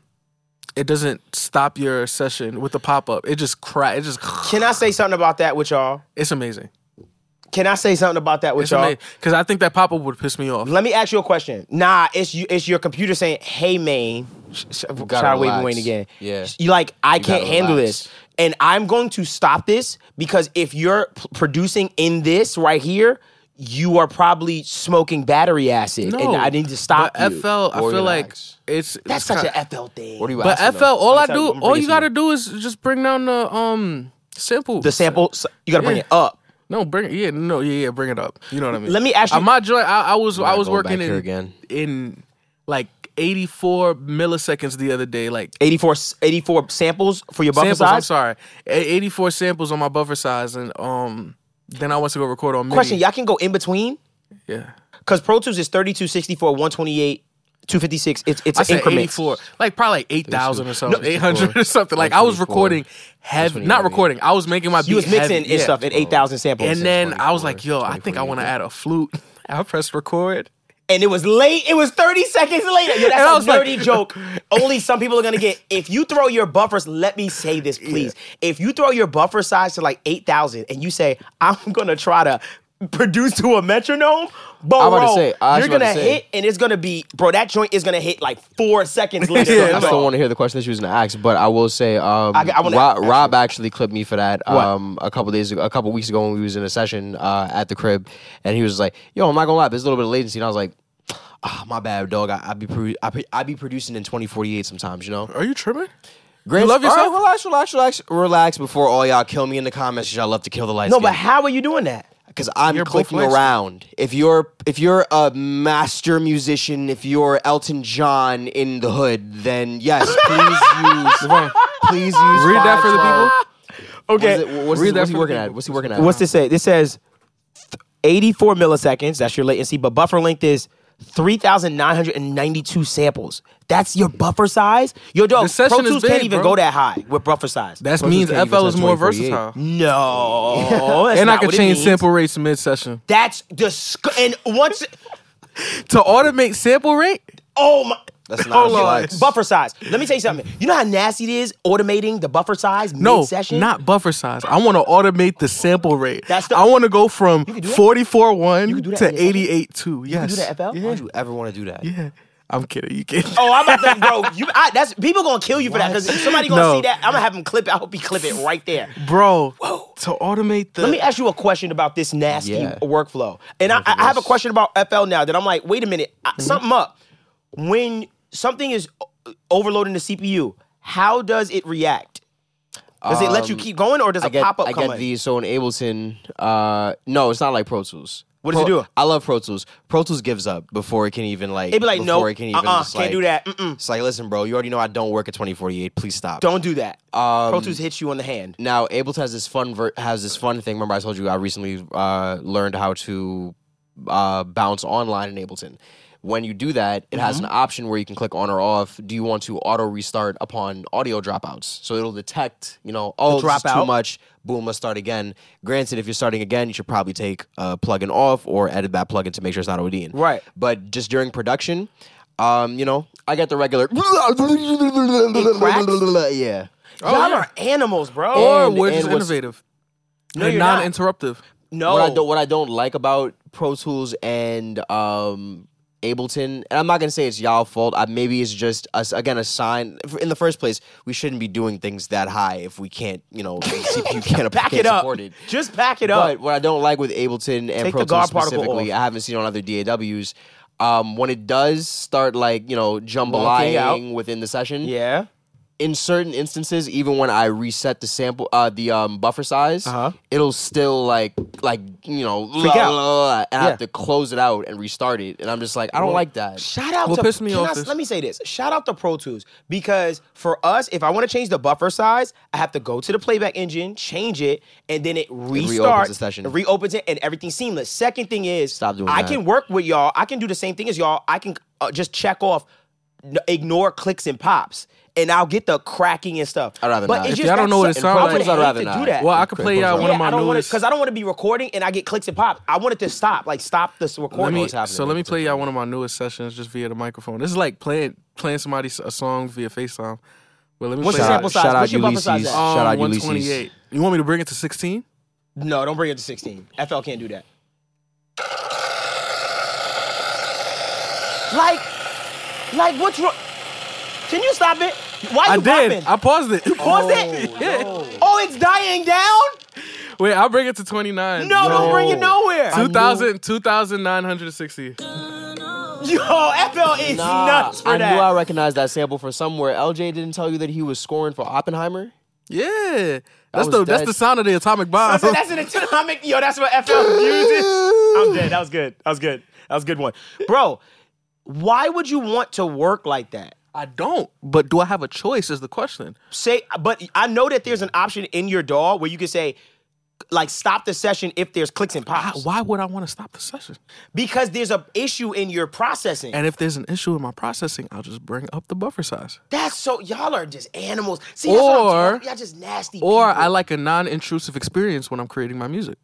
Speaker 2: it doesn't stop your session with the pop up. It just crack. It just
Speaker 3: Can I say something about that with y'all?
Speaker 2: it's amazing.
Speaker 3: Can I say something about that with
Speaker 2: It's
Speaker 3: y'all?
Speaker 2: amazing. Cause I think that pop up would piss me off.
Speaker 3: Let me ask you a question. Nah, it's you. It's your computer saying, "Hey, man, sh- sh- try waving
Speaker 4: relax.
Speaker 3: Wayne again."
Speaker 4: Yeah.
Speaker 3: you like I can't
Speaker 4: gotta
Speaker 3: handle
Speaker 4: relax.
Speaker 3: this, and I'm going to stop this because if you're p- producing in this right here, you are probably smoking battery acid,
Speaker 2: No,
Speaker 3: and I need to stop
Speaker 2: But
Speaker 3: you.
Speaker 2: FL, I feel like
Speaker 4: relax.
Speaker 2: it's
Speaker 3: That's
Speaker 2: it's
Speaker 3: such
Speaker 2: ki-
Speaker 3: an FL thing.
Speaker 4: What are you
Speaker 2: But
Speaker 4: asking
Speaker 2: FL, all
Speaker 3: I'm
Speaker 2: I
Speaker 3: telling you,
Speaker 2: do,
Speaker 3: I'm
Speaker 2: all you
Speaker 3: bringing it to you.
Speaker 2: gotta do is just bring down the um sample.
Speaker 3: the sample? s- You got to bring
Speaker 2: Yeah.
Speaker 3: it up.
Speaker 2: No, bring it. Yeah, no, yeah, yeah, bring it up. You know what I mean?
Speaker 3: Let me ask you-
Speaker 2: Uh, my joint, I, I was, I
Speaker 4: not
Speaker 2: was
Speaker 4: going
Speaker 2: working
Speaker 4: back
Speaker 2: in
Speaker 4: here again.
Speaker 2: in like eighty four milliseconds the other day. Like
Speaker 3: 84, s- 84 samples for your buffer
Speaker 2: samples. I'm
Speaker 3: size.
Speaker 2: sorry, eighty four samples on my buffer size, and um, then I went to go record on MIDI.
Speaker 3: Question: Y'all can go in between
Speaker 2: yeah.
Speaker 3: because Pro Tools is 32, 64, 128, 256. It's it's
Speaker 2: I said
Speaker 3: increments.
Speaker 2: 84, like probably like 8,000 or something,
Speaker 4: 64.
Speaker 2: 800 or something. Like I was
Speaker 4: 124.
Speaker 2: recording heavy, not recording. I was making my beat
Speaker 3: You was
Speaker 2: heavy,
Speaker 3: mixing and
Speaker 2: yeah.
Speaker 3: stuff in 8,000 samples.
Speaker 2: And then I was like, yo, I think I want to add a flute. I pressed record.
Speaker 3: and it was late. It was 30 seconds later. Yo,
Speaker 2: And I
Speaker 3: that's
Speaker 2: was
Speaker 3: a dirty
Speaker 2: like-
Speaker 3: joke. Only some people are gonna get. If you throw your buffers, let me say this, please. If you throw your buffer size to like 8,000 and you say, I'm gonna try to produce to a metronome, bro,
Speaker 4: I'm about to say, I was
Speaker 3: you're gonna
Speaker 4: about to say.
Speaker 3: hit and it's gonna be, bro, that joint is gonna hit like four seconds later.
Speaker 2: Yeah,
Speaker 4: I
Speaker 2: that's
Speaker 3: bro.
Speaker 4: still want to hear the question that she was gonna ask, but I will say, um,
Speaker 3: I- I wanna
Speaker 4: Rob,
Speaker 3: ask you.
Speaker 4: Rob actually clipped me for that um, a couple days, ago, a couple weeks ago when we was in a session uh, at the crib, and he was like, "Yo, I'm not gonna lie, there's a little bit of latency," and I was like, "Ah, my bad, dog. I, I be pro- I, be- I be producing in 2048 sometimes, you know."
Speaker 2: Are you tripping?
Speaker 4: Grace,
Speaker 2: love
Speaker 4: all right,
Speaker 2: yourself?
Speaker 4: relax, relax, relax, relax. Before all y'all kill me in the comments, 'cause y'all love to kill the lights.
Speaker 3: No, but how are you doing that?
Speaker 4: because I'm
Speaker 2: You're
Speaker 4: clicking
Speaker 2: both ways.
Speaker 4: around. If you're if you're a master musician, if you're Elton John in the hood, then yes, please use please use
Speaker 2: Read that for the people.
Speaker 4: Okay,
Speaker 3: Okay.
Speaker 4: what's, what's,
Speaker 2: Read that
Speaker 4: what's he
Speaker 2: for the
Speaker 4: working
Speaker 2: people.
Speaker 4: at? What's he working at?
Speaker 3: What's this say? This says th- 84 milliseconds. That's your latency, but buffer length is 3,992 samples. That's your buffer size. Yo, dog,
Speaker 2: The session
Speaker 3: Pro
Speaker 2: is
Speaker 3: Tools can't
Speaker 2: big,
Speaker 3: even
Speaker 2: bro.
Speaker 3: go that high with buffer size.
Speaker 2: That
Speaker 4: Plus
Speaker 2: means
Speaker 4: it's gonna
Speaker 2: FL is
Speaker 4: give us
Speaker 2: more
Speaker 4: 2048.
Speaker 2: versatile.
Speaker 3: no, that's
Speaker 2: And I
Speaker 3: not
Speaker 2: could
Speaker 3: what it
Speaker 2: change
Speaker 3: means.
Speaker 2: sample rates mid session.
Speaker 3: That's disg- and once.
Speaker 2: To automate sample rate?
Speaker 3: Oh my.
Speaker 4: That's not
Speaker 3: Hold
Speaker 4: a
Speaker 3: on.
Speaker 4: flex.
Speaker 3: Buffer size. Let me tell you something. You know how nasty it is automating the buffer size
Speaker 2: No,
Speaker 3: mid-session?
Speaker 2: not buffer size. I want to automate the sample rate.
Speaker 3: That's the-
Speaker 2: I want to go from
Speaker 3: do that.
Speaker 2: 44.1
Speaker 3: do that
Speaker 2: to
Speaker 3: in your
Speaker 2: 88.2. Yes.
Speaker 3: do that, FL?
Speaker 2: Yeah.
Speaker 4: Why would you ever want to do that?
Speaker 2: Yeah. I'm kidding. You kidding.
Speaker 3: Oh, I'm about to, bro. You, I, that's people gonna kill you for that because somebody gonna
Speaker 2: No.
Speaker 3: see that. I'm gonna have him clip. it. I hope he clip it right there.
Speaker 2: Bro, to automate the.
Speaker 3: Let me ask you a question about this nasty
Speaker 4: Yeah.
Speaker 3: workflow. And I, I have a question about FL now that I'm like, wait a minute,
Speaker 4: Mm-hmm.
Speaker 3: I- something up. When something is o- overloading the CPU, how does it react? Does it let you keep going, or does
Speaker 4: Um, I
Speaker 3: a
Speaker 4: get,
Speaker 3: pop up
Speaker 4: I
Speaker 3: come
Speaker 4: get
Speaker 3: in?
Speaker 4: these. So in Ableton, uh, no, it's not like Pro Tools.
Speaker 3: What does it
Speaker 4: Pro-
Speaker 3: do?
Speaker 4: I love Pro Tools. Pro Tools gives up before it can even like.
Speaker 3: It be like,
Speaker 4: before
Speaker 3: nope,
Speaker 4: it can even
Speaker 3: uh-uh,
Speaker 4: just,
Speaker 3: can't
Speaker 4: like-
Speaker 3: do that, mm-mm.
Speaker 4: It's like, listen, bro, you already know I don't work at 2048. Please stop.
Speaker 3: Don't do that. Pro
Speaker 4: Um,
Speaker 3: Tools hits you on the hand.
Speaker 4: now Ableton has this fun ver- has this fun thing. Remember, I told you I recently uh, learned how to uh, bounce online in Ableton. When you do that, it
Speaker 3: Mm-hmm.
Speaker 4: has an option where you can click on or off. Do you want to auto restart upon audio dropouts? So it'll detect, you know, oh, this is too
Speaker 3: dropout.
Speaker 4: much. Boom, let's start again. Granted, if you're starting again, you should probably take a plugin off or edit that plugin to make sure it's not ODing.
Speaker 3: Right.
Speaker 4: But just during production, um, you know, I get the regular. yeah.
Speaker 3: Y'all are animals, bro.
Speaker 2: or
Speaker 4: and-
Speaker 2: we're
Speaker 4: and
Speaker 2: just
Speaker 4: what's-
Speaker 2: innovative.
Speaker 3: No,
Speaker 2: and
Speaker 3: you're not.
Speaker 2: non-interruptive.
Speaker 3: no,
Speaker 4: What I don't what I don't like about Pro Tools and um Ableton, and I'm not gonna say it's y'all fault. I, maybe it's just us again a sign. In the first place, we shouldn't be doing things that high if we can't, you know, if you can't,
Speaker 3: pack
Speaker 4: can't
Speaker 3: it up.
Speaker 4: support it.
Speaker 3: Just pack it up.
Speaker 4: But what I don't like with Ableton and
Speaker 3: Take
Speaker 4: Pro
Speaker 3: the
Speaker 4: Tools
Speaker 3: guard particle
Speaker 4: specifically,
Speaker 3: off.
Speaker 4: I haven't seen on other DAWs. Um, when it does start like you know
Speaker 3: out.
Speaker 4: jambalaying within the session,
Speaker 3: Yeah.
Speaker 4: in certain instances, even when I reset the sample, uh, the um, buffer size,
Speaker 3: Uh-huh.
Speaker 4: it'll still like, like you know,
Speaker 3: Freak out.
Speaker 4: and I
Speaker 3: Yeah.
Speaker 4: have to close it out and restart it, and I'm just like, I don't like that.
Speaker 3: Shout out
Speaker 2: What
Speaker 3: to
Speaker 2: pissed me
Speaker 3: can
Speaker 2: off
Speaker 3: I-
Speaker 2: is-
Speaker 3: let me say this. Shout out to Pro Tools because for us, if I want to change the buffer size, I have to go to the playback engine, change it, and then it restarts
Speaker 4: the session.
Speaker 3: It reopens it, and everything's seamless. Second thing is,
Speaker 4: Stop doing
Speaker 3: I
Speaker 4: that.
Speaker 3: can work with y'all. I can do the same thing as y'all. I can uh, just check off, n- ignore clicks and pops, and I'll get the cracking and stuff.
Speaker 4: I'd rather
Speaker 3: but
Speaker 4: not.
Speaker 3: it
Speaker 4: If
Speaker 3: just
Speaker 2: y'all don't know what it
Speaker 3: sucks.
Speaker 2: sounds
Speaker 3: I
Speaker 2: like-
Speaker 3: would
Speaker 2: I'd
Speaker 3: hate
Speaker 4: rather
Speaker 3: to do
Speaker 4: not.
Speaker 3: that.
Speaker 2: Well, I could play out one of
Speaker 3: Yeah,
Speaker 2: my
Speaker 3: I don't
Speaker 2: newest.
Speaker 3: because I don't want to be recording and I get clicks and pops. I want it to stop, like stop this
Speaker 2: Let
Speaker 3: recording.
Speaker 2: me,
Speaker 4: what's happening
Speaker 2: so let me
Speaker 4: with
Speaker 2: play y'all one of my newest sessions just via the microphone. This is like playing playing somebody s- a song via FaceTime. But let me
Speaker 3: What's
Speaker 2: play
Speaker 3: your sample
Speaker 2: it.
Speaker 3: size?
Speaker 4: shout out
Speaker 3: What's your buffer size?
Speaker 4: Ulysses.
Speaker 3: at?
Speaker 2: Um,
Speaker 4: Shout out Ulysses.
Speaker 2: 128. You want me to bring it to 16?
Speaker 3: No, don't bring it to 16. FL can't do that. Like, like what's wrong? Can you stop it? Why you
Speaker 2: I did.
Speaker 3: popping?
Speaker 2: I paused it.
Speaker 3: Pause it.
Speaker 2: Yeah.
Speaker 3: Oh, it's dying down.
Speaker 2: Wait, I'll bring it to 29.
Speaker 3: No, don't bring it nowhere.
Speaker 2: 2,000, 2,960.
Speaker 3: Yo, FL is nuts for
Speaker 4: I
Speaker 3: that.
Speaker 4: knew I recognized that sample from somewhere. LJ didn't tell you that he was scoring for Oppenheimer.
Speaker 2: Yeah. That's
Speaker 4: was
Speaker 2: the that's
Speaker 4: dead.
Speaker 2: the sound of the atomic
Speaker 3: I
Speaker 2: bomb.
Speaker 3: said, that's an atomic. Yo, that's what FL uses. I'm dead. That was good. That was good. That was a good one, bro. Why would you want to work like that?
Speaker 2: I don't. But do I have a choice is the question.
Speaker 3: say but i know that there's an option in your DAW where you can say like stop the session if there's clicks and pops
Speaker 2: Why would I want to stop the session?
Speaker 3: because there's a issue in your processing
Speaker 2: And if there's an issue in my processing, I'll just bring up the buffer size.
Speaker 3: that's so y'all are just animals see that's what I'm
Speaker 2: Or-
Speaker 3: talking- y'all just nasty
Speaker 2: Or
Speaker 3: people.
Speaker 2: I like a non-intrusive experience when I'm creating my music.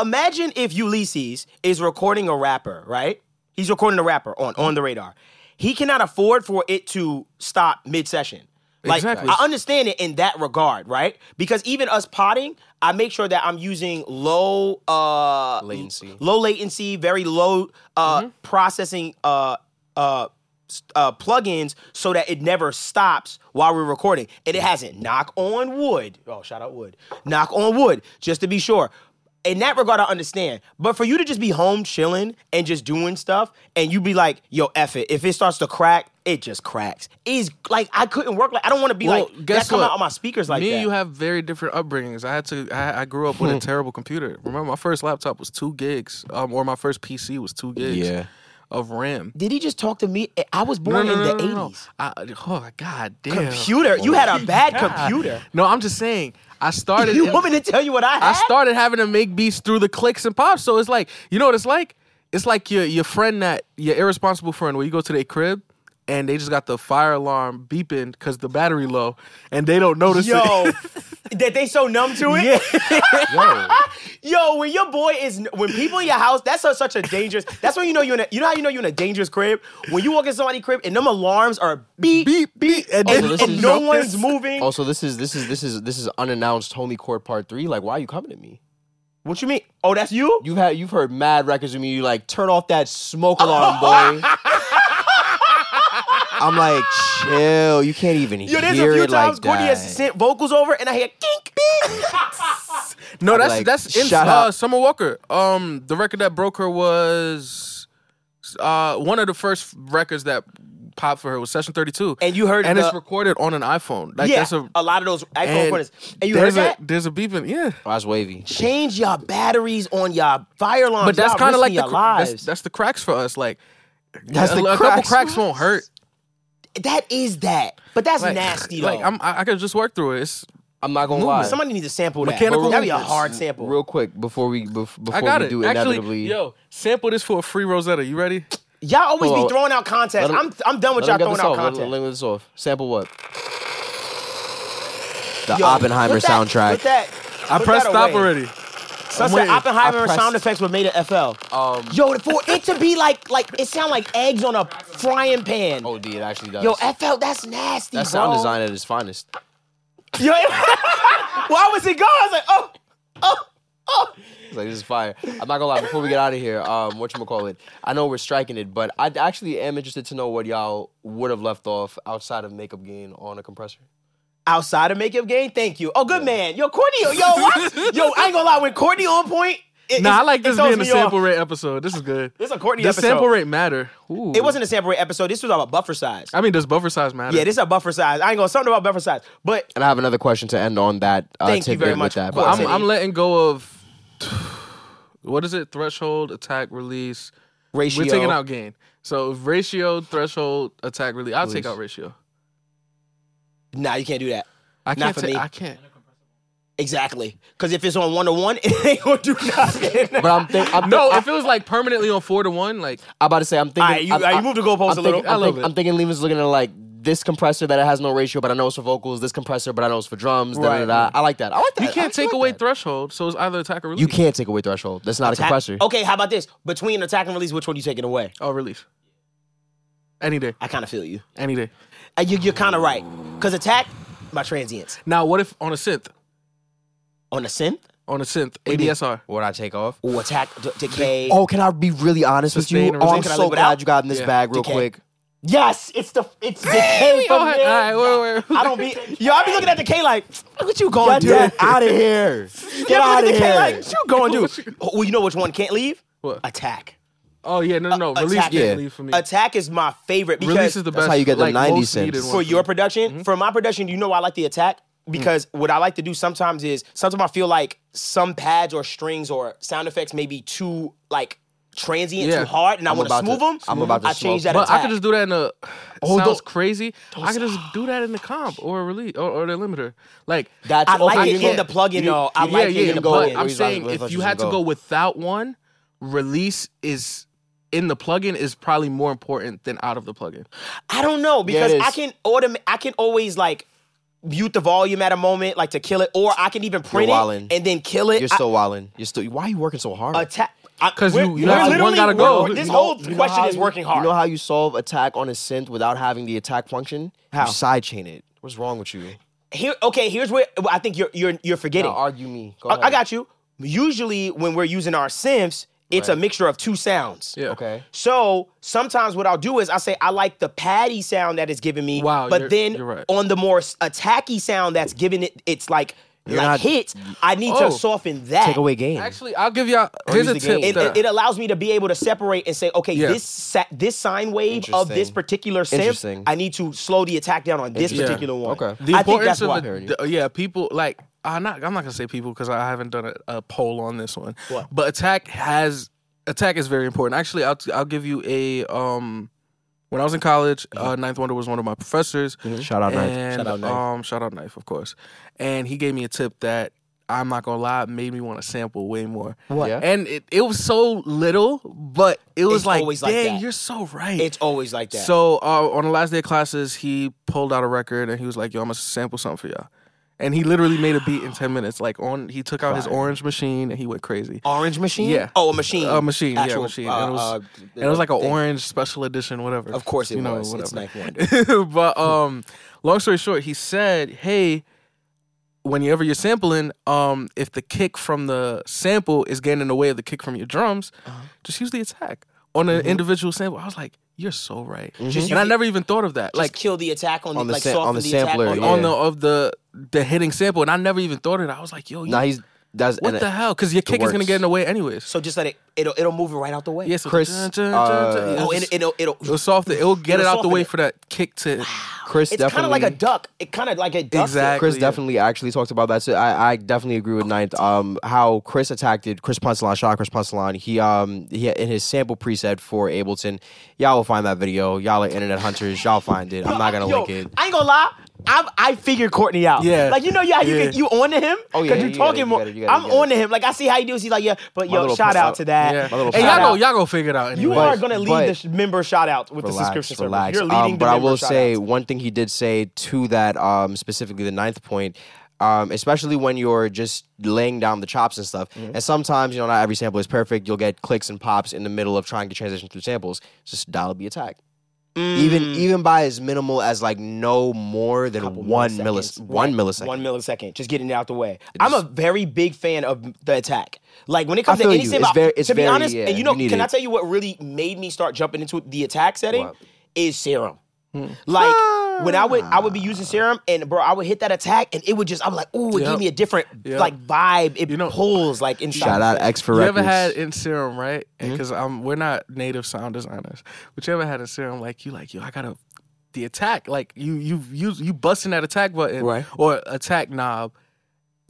Speaker 3: imagine if ulysses is recording a rapper right he's recording a rapper on on the radar he cannot afford for it to stop mid-session like
Speaker 2: Exactly.
Speaker 3: i understand it in that regard right because even us potting i make sure that i'm using low uh
Speaker 4: Latency.
Speaker 3: low latency, very low uh, processing uh, uh, s- uh, plugins, so that it never stops while we're recording, and it hasn't. Knock on wood. Oh, shout out wood. Knock on wood, just to be sure. In that regard, I understand. But for you to just be home chilling and just doing stuff, and you be like, "Yo, F it." If it starts to crack, it just cracks. Is like I couldn't work. Like I don't want to be
Speaker 2: Well,
Speaker 3: like
Speaker 2: guess
Speaker 3: that. Come
Speaker 2: what?
Speaker 3: out on my speakers like
Speaker 2: Me
Speaker 3: that.
Speaker 2: and you have very different upbringings. I had to. I, I grew up with a terrible computer. Remember, my first laptop was two gigs, um, or my first PC was two gigs
Speaker 4: Yeah.
Speaker 2: of RAM.
Speaker 3: Did he just talk to me? Eh, I was born in the '80s.
Speaker 2: I, oh God damn!
Speaker 3: Computer, you had a bad computer.
Speaker 2: No, I'm just saying. I started.
Speaker 3: You want me to tell you what I had?
Speaker 2: I started having to make beats through the clicks and pops. So it's like, you know what it's like? It's like your your friend that your irresponsible friend where you go to their crib and they just got the fire alarm beeping because the battery low and they don't notice it.
Speaker 3: Yo, that they so numb to it.
Speaker 4: Yo,
Speaker 3: Yo, when your boy is when people in your house, that's a, such a dangerous. That's when you know you're in. A, you know how you know you're in a dangerous crib when you walk in somebody's crib and them alarms are beep
Speaker 2: beep beep and,
Speaker 3: and,
Speaker 2: they
Speaker 4: this
Speaker 2: don't
Speaker 3: and
Speaker 4: is-
Speaker 3: no
Speaker 2: notice.
Speaker 3: one's moving.
Speaker 4: also this is this is this is this is unannounced homie court part three. Like, why are you coming at me?
Speaker 3: What you mean? Oh, that's you.
Speaker 4: You've had you've heard mad records with me. You like turn off that smoke alarm, boy. I'm like, chill. You can't even
Speaker 3: Yo, there's
Speaker 4: hear
Speaker 3: a few
Speaker 4: it like
Speaker 3: times Courtney
Speaker 4: that.
Speaker 3: has sent vocals over and I hear kink.
Speaker 2: No, that's
Speaker 4: like,
Speaker 2: that's in
Speaker 4: shout
Speaker 2: uh,
Speaker 4: out.
Speaker 2: Summer Walker. Um, the record that broke her was uh one of the first records that popped for her was Session Thirty Two,
Speaker 3: And you heard
Speaker 2: and it's
Speaker 3: the-
Speaker 2: recorded on an iPhone. Like
Speaker 3: yeah,
Speaker 2: that's a,
Speaker 3: a lot of those iPhone
Speaker 2: and
Speaker 3: recorders. And you heard
Speaker 2: there's
Speaker 3: that?
Speaker 2: a there's a beeping. Yeah,
Speaker 4: Oh, that's wavy.
Speaker 3: Change your batteries on your fire alarms.
Speaker 2: but that's
Speaker 3: kind of
Speaker 2: like the
Speaker 3: your
Speaker 2: cr-
Speaker 3: lives.
Speaker 2: that's, that's the cracks for us. Like
Speaker 4: That's
Speaker 2: a,
Speaker 4: the
Speaker 2: a couple
Speaker 4: cracks.
Speaker 2: cracks won't hurt.
Speaker 3: that is that. But that's
Speaker 2: Like,
Speaker 3: nasty though.
Speaker 2: Like I'm, I, I could just work through it. It's,
Speaker 4: I'm not gonna lie.
Speaker 3: Somebody needs to sample that.
Speaker 2: Mechanical
Speaker 3: That'd be a
Speaker 2: movements.
Speaker 3: hard sample.
Speaker 4: Real quick before we bef- before
Speaker 2: I got
Speaker 4: we
Speaker 2: it.
Speaker 4: do
Speaker 2: Actually,
Speaker 4: inevitably.
Speaker 2: yo, sample this for a free Rosetta. You ready?
Speaker 3: Y'all always
Speaker 4: Hold
Speaker 3: be
Speaker 4: on.
Speaker 3: throwing out
Speaker 4: Let
Speaker 3: contests.
Speaker 4: 'em-
Speaker 3: I'm I'm done with
Speaker 4: Let
Speaker 3: y'all
Speaker 4: me get
Speaker 3: throwing
Speaker 4: this
Speaker 3: out
Speaker 4: off. Let, let,
Speaker 3: contests.
Speaker 4: me get this off. Sample what? The
Speaker 3: Yo,
Speaker 4: Oppenheimer
Speaker 3: put that-
Speaker 4: soundtrack.
Speaker 3: put that-
Speaker 2: I
Speaker 3: put
Speaker 2: pressed
Speaker 3: that
Speaker 2: stop
Speaker 3: away.
Speaker 2: already.
Speaker 3: Sunset
Speaker 2: waiting.
Speaker 3: Oppenheimer
Speaker 4: I pressed-
Speaker 3: sound effects were made at FL.
Speaker 2: Oh.
Speaker 4: Um,
Speaker 3: Yo, for it to be like like it sound like eggs on a frying pan.
Speaker 4: oh, D, it actually does.
Speaker 3: Yo, FL, that's nasty.
Speaker 4: that sound
Speaker 3: bro.
Speaker 4: design at its finest.
Speaker 3: Yo, why was it gone? I was like, oh, oh, oh.
Speaker 4: It's like this is fire. I'm not gonna lie. Before we get out of here, um, what you call it? I know we're striking it, but I actually am interested to know what y'all would have left off outside of makeup gain on a compressor.
Speaker 3: Outside of makeup game, thank you. Oh, good man. Yo, Courtney, yo, what? yo, I ain't gonna lie, when Courtney on point, it-
Speaker 2: Nah, I
Speaker 3: it-
Speaker 2: like
Speaker 3: it
Speaker 2: this
Speaker 3: throws
Speaker 2: being a
Speaker 3: me off.
Speaker 2: sample rate episode. This is good.
Speaker 3: This is a Courtney
Speaker 2: Does
Speaker 3: episode.
Speaker 2: sample rate matter? Ooh.
Speaker 3: It wasn't a sample rate episode. This was about buffer size.
Speaker 2: I mean, does buffer size matter?
Speaker 3: Yeah, this is a buffer size. I ain't gonna something about buffer size, but
Speaker 4: And I have another question to end on that. Uh,
Speaker 3: Thank you
Speaker 4: tidbit
Speaker 3: very
Speaker 4: with
Speaker 3: much.
Speaker 4: That,
Speaker 3: Cool.
Speaker 4: but
Speaker 2: I'm,
Speaker 3: City.
Speaker 2: I'm letting go of what is it? Threshold, attack, release.
Speaker 4: ratio.
Speaker 2: We're taking out gain. So if ratio, threshold, attack, release. I'll take
Speaker 4: Release.
Speaker 2: out ratio.
Speaker 3: nah, you can't do that.
Speaker 2: I
Speaker 3: Not
Speaker 2: can't.
Speaker 3: for
Speaker 2: ta-
Speaker 3: me.
Speaker 2: I can't.
Speaker 3: Exactly, because if it's on one to one, it ain't gonna do nothing.
Speaker 4: But I'm, think, I'm
Speaker 2: No,
Speaker 4: think-
Speaker 2: if it was like permanently on four to one, like
Speaker 4: I'm about to say I'm thinking.
Speaker 3: Alright, you-
Speaker 4: I'm,
Speaker 3: alright, you
Speaker 4: I'm-
Speaker 3: moved the goalpost
Speaker 4: I'm
Speaker 3: a little.
Speaker 4: thinking-
Speaker 2: I
Speaker 4: I'm,
Speaker 2: love
Speaker 4: think,
Speaker 2: it.
Speaker 4: I'm thinking Levi's looking at like this compressor that has no ratio, but I know it's for vocals. This compressor, but I know it's for drums. Da, da,
Speaker 3: Right.
Speaker 4: da, da. I like that. I like that.
Speaker 2: you
Speaker 4: I
Speaker 2: can't
Speaker 4: actually
Speaker 2: take
Speaker 4: like
Speaker 2: away
Speaker 4: that.
Speaker 2: threshold. So it's either attack or release.
Speaker 4: you can't take away threshold. That's not a compressor.
Speaker 3: Okay, how about this? Between attack and release, which one you taking away?
Speaker 2: Oh, release. Any day.
Speaker 3: I kind of feel you.
Speaker 2: Any day.
Speaker 3: Uh, you you're kind of right, because attack by transients
Speaker 2: Now, what if on a synth?
Speaker 3: on a synth
Speaker 2: On a synth, ADSR.
Speaker 4: What I take off?
Speaker 3: or attack d- decay.
Speaker 4: Oh, can I be really honest with you?
Speaker 2: Sustain and
Speaker 4: Oh, I'm
Speaker 2: resist.
Speaker 3: Can I
Speaker 4: so
Speaker 3: leave it
Speaker 4: glad
Speaker 3: out?
Speaker 4: you got in this
Speaker 2: Yeah.
Speaker 4: bag real
Speaker 3: Decay.
Speaker 4: quick.
Speaker 3: Yes, it's the it's decay
Speaker 2: All
Speaker 3: from
Speaker 2: right,
Speaker 3: here.
Speaker 2: all right, wait, wait.
Speaker 3: I don't be yo. I be looking at decay like, what you going
Speaker 4: Get
Speaker 3: to
Speaker 4: that
Speaker 3: do?
Speaker 4: out of here. Get
Speaker 3: Yeah,
Speaker 4: out of
Speaker 3: but Oh, the kid,
Speaker 4: here.
Speaker 3: Like, what you going to? Oh, Well, you know which one can't leave?
Speaker 2: What?
Speaker 3: Attack.
Speaker 2: Oh yeah, no, no, no. Release
Speaker 3: attack.
Speaker 2: can't
Speaker 4: Yeah.
Speaker 2: leave for me.
Speaker 3: Attack is my favorite because
Speaker 2: Release is the best.
Speaker 4: how you get the
Speaker 2: like,
Speaker 4: 90
Speaker 2: most
Speaker 4: cents.
Speaker 2: needed one
Speaker 3: for
Speaker 2: me. Mm-hmm. Mm.
Speaker 3: your production, for my production, you know I like the attack because what I like to do sometimes is sometimes I feel like some pads or strings or sound effects may be too like transient,
Speaker 2: Yeah.
Speaker 3: too hard, and i want to
Speaker 4: about to-
Speaker 3: smooth them.
Speaker 4: I'm about to
Speaker 3: I change
Speaker 4: smoke.
Speaker 3: that
Speaker 2: But
Speaker 3: attack. Oh,
Speaker 2: I could just do that in a.
Speaker 4: Hold
Speaker 2: sounds
Speaker 4: on.
Speaker 2: crazy. I could just do that in the comp or a release or, or the limiter. Like
Speaker 4: That's
Speaker 3: I like
Speaker 4: okay.
Speaker 3: it in
Speaker 4: Yeah.
Speaker 3: the plugin though. I
Speaker 4: you-
Speaker 3: like
Speaker 4: yeah,
Speaker 3: it in
Speaker 4: you
Speaker 3: the
Speaker 4: go-
Speaker 2: but
Speaker 4: plugin.
Speaker 2: I'm
Speaker 4: Release
Speaker 2: saying
Speaker 4: with
Speaker 2: if
Speaker 4: us
Speaker 2: you
Speaker 4: is
Speaker 2: had to
Speaker 4: go.
Speaker 2: go without one, release is in the plugin is probably more important than out of the plugin.
Speaker 3: I don't know because
Speaker 4: it
Speaker 3: I
Speaker 4: is.
Speaker 3: can autom- I can always like mute the volume at a moment, like to kill it, or I can even print
Speaker 4: wildin'.
Speaker 3: it and then kill it.
Speaker 4: You're
Speaker 3: I-
Speaker 4: still wilding. You're still. Why are you working so hard?
Speaker 3: attack.
Speaker 2: 'Cause
Speaker 3: we're-
Speaker 2: you- you
Speaker 3: we're
Speaker 2: have to- one
Speaker 3: literally-
Speaker 2: gotta go.
Speaker 3: we're- This
Speaker 2: You
Speaker 3: whole
Speaker 4: You know
Speaker 3: question
Speaker 4: how
Speaker 3: is
Speaker 4: you-
Speaker 3: working hard.
Speaker 4: You know how you solve attack on a synth without having the attack function? How? You sidechain it. What's wrong with you?
Speaker 3: Here, okay, here's where I think you're you're you're forgetting.
Speaker 4: Now argue me. Go
Speaker 3: I, I
Speaker 4: ahead.
Speaker 3: got you. Usually, when we're using our synths, it's a mixture of two sounds.
Speaker 2: Yeah.
Speaker 4: Okay.
Speaker 3: So sometimes what I'll do is I say I like the patty sound that it's giving me,
Speaker 2: Wow,
Speaker 3: but
Speaker 2: you're-
Speaker 3: then
Speaker 2: you're right.
Speaker 3: on the more s- attacky sound that's giving it, it's like like
Speaker 4: not-
Speaker 3: hits. I need
Speaker 2: Oh.
Speaker 3: to soften that.
Speaker 4: Take away game.
Speaker 2: Actually, I'll give y'all here's
Speaker 4: use
Speaker 2: a
Speaker 4: the
Speaker 2: tip.
Speaker 4: game.
Speaker 3: It,
Speaker 2: that-
Speaker 3: it, it allows me to be able to separate and say, okay,
Speaker 2: Yeah.
Speaker 3: this sa- this sine wave of this
Speaker 4: Interesting.
Speaker 3: particular synth,
Speaker 4: Interesting.
Speaker 3: I need to slow the attack down on this
Speaker 2: Interesting.
Speaker 3: particular one.
Speaker 4: Okay.
Speaker 2: the
Speaker 3: I think
Speaker 2: importance
Speaker 3: that's why.
Speaker 2: of the, the- yeah people like I'm not I'm not gonna say people because I haven't done a, a poll on this one.
Speaker 3: What?
Speaker 2: But attack has attack is very important. Actually, I'll I'll give you a um when I was in college, uh, Ninth Wonder was one of my professors.
Speaker 4: Shout out Ninth.
Speaker 2: And,
Speaker 3: Mm-hmm. Shout out Knife.
Speaker 2: Um, shout out Knife, of course. And he gave me a tip that I'm not gonna lie, made me want to sample way more.
Speaker 4: What? Yeah.
Speaker 2: And it, it was so little, but it was
Speaker 3: It's
Speaker 2: like,
Speaker 3: always like
Speaker 2: dang,
Speaker 3: that.
Speaker 2: you're so right.
Speaker 3: It's always like that.
Speaker 2: So uh, on the last day of classes, he pulled out a record and he was like, "Yo, I'm gonna sample something for y'all." And he literally made a beat in ten minutes. Like on, he took out his orange machine and he went crazy.
Speaker 3: Orange machine?
Speaker 2: Yeah.
Speaker 3: Oh, a machine.
Speaker 2: A machine,
Speaker 3: Actual,
Speaker 2: yeah, machine.
Speaker 3: uh,
Speaker 2: and it was,
Speaker 3: uh,
Speaker 2: and it was like an
Speaker 3: thing.
Speaker 2: orange special edition, whatever.
Speaker 3: Of course it
Speaker 2: You know,
Speaker 3: was. It's
Speaker 2: whatever.
Speaker 3: Knife Wonder.
Speaker 2: but um, long story short, he said, "Hey, whenever you're sampling, um, if the kick from the sample is getting in the way of the kick from your drums, just use the attack on an individual sample." I was like, "You're so right," and I never even thought of that.
Speaker 3: Like
Speaker 2: Like
Speaker 3: kill the attack on,
Speaker 4: On the
Speaker 3: the like
Speaker 4: sam-
Speaker 3: soften
Speaker 4: on the
Speaker 3: attack
Speaker 4: sampler,
Speaker 3: on-
Speaker 4: yeah.
Speaker 2: on the of the the hitting sample, and I never even thought of it. I was like, "Yo, you,
Speaker 4: Now he's that's
Speaker 2: what
Speaker 4: and uh,
Speaker 2: the hell?" Because your kick is gonna
Speaker 4: works.
Speaker 2: get in the way anyways.
Speaker 3: So just let it. It'll it'll move it right out the way.
Speaker 2: Yeah, so
Speaker 4: Chris, uh,
Speaker 3: Oh, and
Speaker 2: it,
Speaker 3: it'll it'll.
Speaker 2: will soften. It'll get
Speaker 3: it'll
Speaker 2: it out the
Speaker 3: soften
Speaker 2: way
Speaker 3: it.
Speaker 2: for that kick to.
Speaker 4: Chris
Speaker 3: it's kind of
Speaker 4: definitely
Speaker 3: like a duck. It kind of like a duck.
Speaker 2: Exactly.
Speaker 4: Chris
Speaker 2: yeah.
Speaker 4: definitely actually talked about that. So I, I definitely agree with Ninth. Um, how Chris attacked it, Chris Poncelan, shot Chris Poncelan. He um he in his sample preset for Ableton. Y'all will find that video. Y'all are internet hunters. Y'all find it. I'm not gonna
Speaker 3: Yo,
Speaker 4: link it.
Speaker 3: I ain't gonna lie. I I figured Courtney out.
Speaker 2: Yeah.
Speaker 3: Like you know yeah, you
Speaker 2: Yeah.
Speaker 3: get you on to him.
Speaker 4: Oh, yeah,
Speaker 3: Cause
Speaker 4: yeah,
Speaker 3: you
Speaker 4: you
Speaker 3: talking
Speaker 4: gotta-
Speaker 3: more.
Speaker 4: you gotta- you gotta-
Speaker 3: I'm
Speaker 4: you gotta.
Speaker 3: on to him. Like I see how he does. He's like yeah, but
Speaker 4: My
Speaker 3: yo,
Speaker 4: little
Speaker 3: shout
Speaker 4: pimp-
Speaker 3: out to that.
Speaker 2: Yeah.
Speaker 4: My little
Speaker 2: Hey,
Speaker 4: shout
Speaker 2: y'all go,
Speaker 4: out.
Speaker 2: y'all go figure it out.
Speaker 3: You
Speaker 2: anyway.
Speaker 4: But-
Speaker 3: are gonna lead the
Speaker 4: but-
Speaker 3: sh- member shout out with the subscription service.
Speaker 4: relax.
Speaker 3: You're leading
Speaker 4: Um,
Speaker 3: the
Speaker 4: but I
Speaker 3: member
Speaker 4: will
Speaker 3: shout
Speaker 4: say
Speaker 3: outs.
Speaker 4: one thing he did say to that, um, specifically the ninth point, um, especially when you're just laying down the chops and stuff.
Speaker 3: Mm-hmm.
Speaker 4: And sometimes, you know, not every sample is perfect. You'll get clicks and pops in the middle of trying to transition through samples. Just dial the attack. Even
Speaker 3: Mm.
Speaker 4: even by as minimal as like no more than one millis
Speaker 3: milliseconds.
Speaker 4: one
Speaker 3: Right.
Speaker 4: millisecond.
Speaker 3: One millisecond. Just getting it out the way. I'm a very big fan of the attack. Like when it comes
Speaker 4: I
Speaker 3: to
Speaker 4: feel
Speaker 3: any
Speaker 4: you.
Speaker 3: sim-
Speaker 4: It's very- it's
Speaker 3: to be
Speaker 4: very-
Speaker 3: honest,
Speaker 4: yeah,
Speaker 3: and you know,
Speaker 4: you need
Speaker 3: can I
Speaker 4: it.
Speaker 3: tell you what really made me start jumping into the attack setting?
Speaker 4: What?
Speaker 3: Is serum. Like when I would I would
Speaker 4: Ah.
Speaker 3: be using serum and bro, I would hit that attack and it would just I'm like, ooh, it
Speaker 2: Yep.
Speaker 3: gave me a different
Speaker 2: Yep.
Speaker 3: like vibe. It
Speaker 2: You know-
Speaker 3: pulls like inside.
Speaker 4: Shout out X for
Speaker 2: You
Speaker 4: records. Mm-hmm.
Speaker 2: ever had in serum, right? Because um, we're not native sound designers. But you ever had in serum, like you like, yo, I gotta the attack, like you you you you busting that attack button
Speaker 4: Right.
Speaker 2: or attack knob,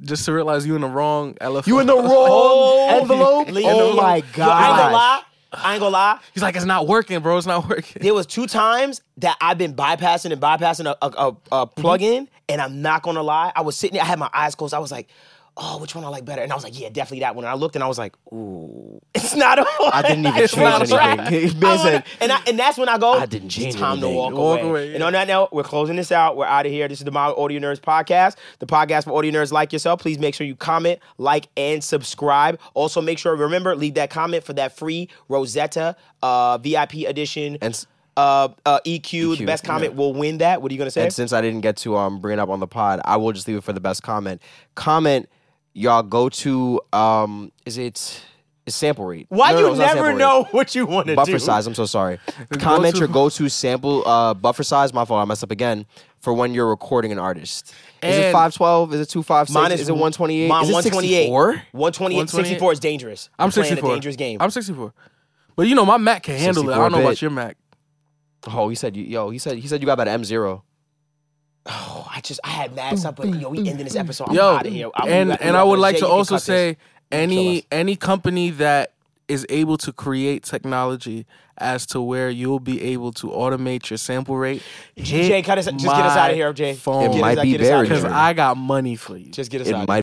Speaker 2: just to realize you in the wrong elephant.
Speaker 4: you in the wrong envelope?
Speaker 3: Lee.
Speaker 4: Oh my
Speaker 3: Yo, I ain't gonna
Speaker 4: god!
Speaker 3: lie. I ain't gonna lie.
Speaker 2: He's like, it's not working, bro. It's not working.
Speaker 3: There was two times that I've been bypassing and bypassing a, a, a, a
Speaker 4: Mm-hmm.
Speaker 3: plug-in, and I'm not gonna lie. I was sitting there, I had my eyes closed. I was like, oh, which one I like better? And I was like, yeah, definitely that one. And I looked and I was like, ooh, it's not a
Speaker 4: I didn't even
Speaker 3: It's not
Speaker 4: change
Speaker 3: a track.
Speaker 4: anything.
Speaker 3: I
Speaker 4: Man said-
Speaker 3: wanna- and, I, and that's when I go,
Speaker 4: I didn't change
Speaker 3: it's time
Speaker 4: anything.
Speaker 3: to walk,
Speaker 2: Walk
Speaker 3: away.
Speaker 2: away,
Speaker 3: And
Speaker 2: yeah.
Speaker 3: on that note, we're closing this out. We're out of here. This is the Mild Audio Nerds podcast, the podcast for audio nerds like yourself. Please make sure you comment, like, and subscribe. Also, make sure, remember, leave that comment for that free Rosetta uh, VIP edition
Speaker 4: And s-
Speaker 3: uh, uh, EQ, the
Speaker 4: EQ,
Speaker 3: best comment will win that. What are you gonna say?
Speaker 4: And since I didn't get to um, bring it up on the pod, I will just leave it for the best comment. Comment, y'all go to um, is it is sample rate? No,
Speaker 3: Why
Speaker 4: no,
Speaker 3: you
Speaker 4: no, it's not
Speaker 3: never
Speaker 4: sample rate.
Speaker 3: know what you want to do?
Speaker 4: Buffer size. I'm so sorry. Comment
Speaker 2: go-to-
Speaker 4: your go-to sample uh, buffer size. My fault. I messed up again. For when you're recording an artist, is it
Speaker 2: And-
Speaker 4: 512? Is it 256? is it 128?
Speaker 3: Mine
Speaker 4: is it
Speaker 3: 128.
Speaker 4: 64?
Speaker 3: 128. 64 is dangerous.
Speaker 2: I'm
Speaker 3: You're playing
Speaker 2: 64.
Speaker 3: A dangerous game.
Speaker 2: I'm 64. But you know, my Mac can handle it. I don't know
Speaker 4: 64 bit.
Speaker 2: about your Mac.
Speaker 4: Oh, he said you. Yo, he said he said you got about an M0.
Speaker 3: oh, I just I had mad stuff, but yo, we ending this episode. I'm
Speaker 2: Yo,
Speaker 3: out of here. I'm-
Speaker 2: and
Speaker 3: I'm-
Speaker 2: and I would
Speaker 3: Jay,
Speaker 2: like
Speaker 3: you
Speaker 2: to
Speaker 3: can
Speaker 2: also
Speaker 3: cut this.
Speaker 2: say
Speaker 3: us.
Speaker 2: any any company that is able to create technology as to where you'll be able to automate your sample rate.
Speaker 3: Jay, cut us- just get us outta here, Jay.
Speaker 4: It
Speaker 3: Get us
Speaker 4: might
Speaker 3: out,
Speaker 4: be
Speaker 3: get us out
Speaker 4: buried.
Speaker 3: of
Speaker 2: because
Speaker 3: here.
Speaker 2: I got money for you.
Speaker 3: just get us
Speaker 4: It
Speaker 3: out. of
Speaker 4: might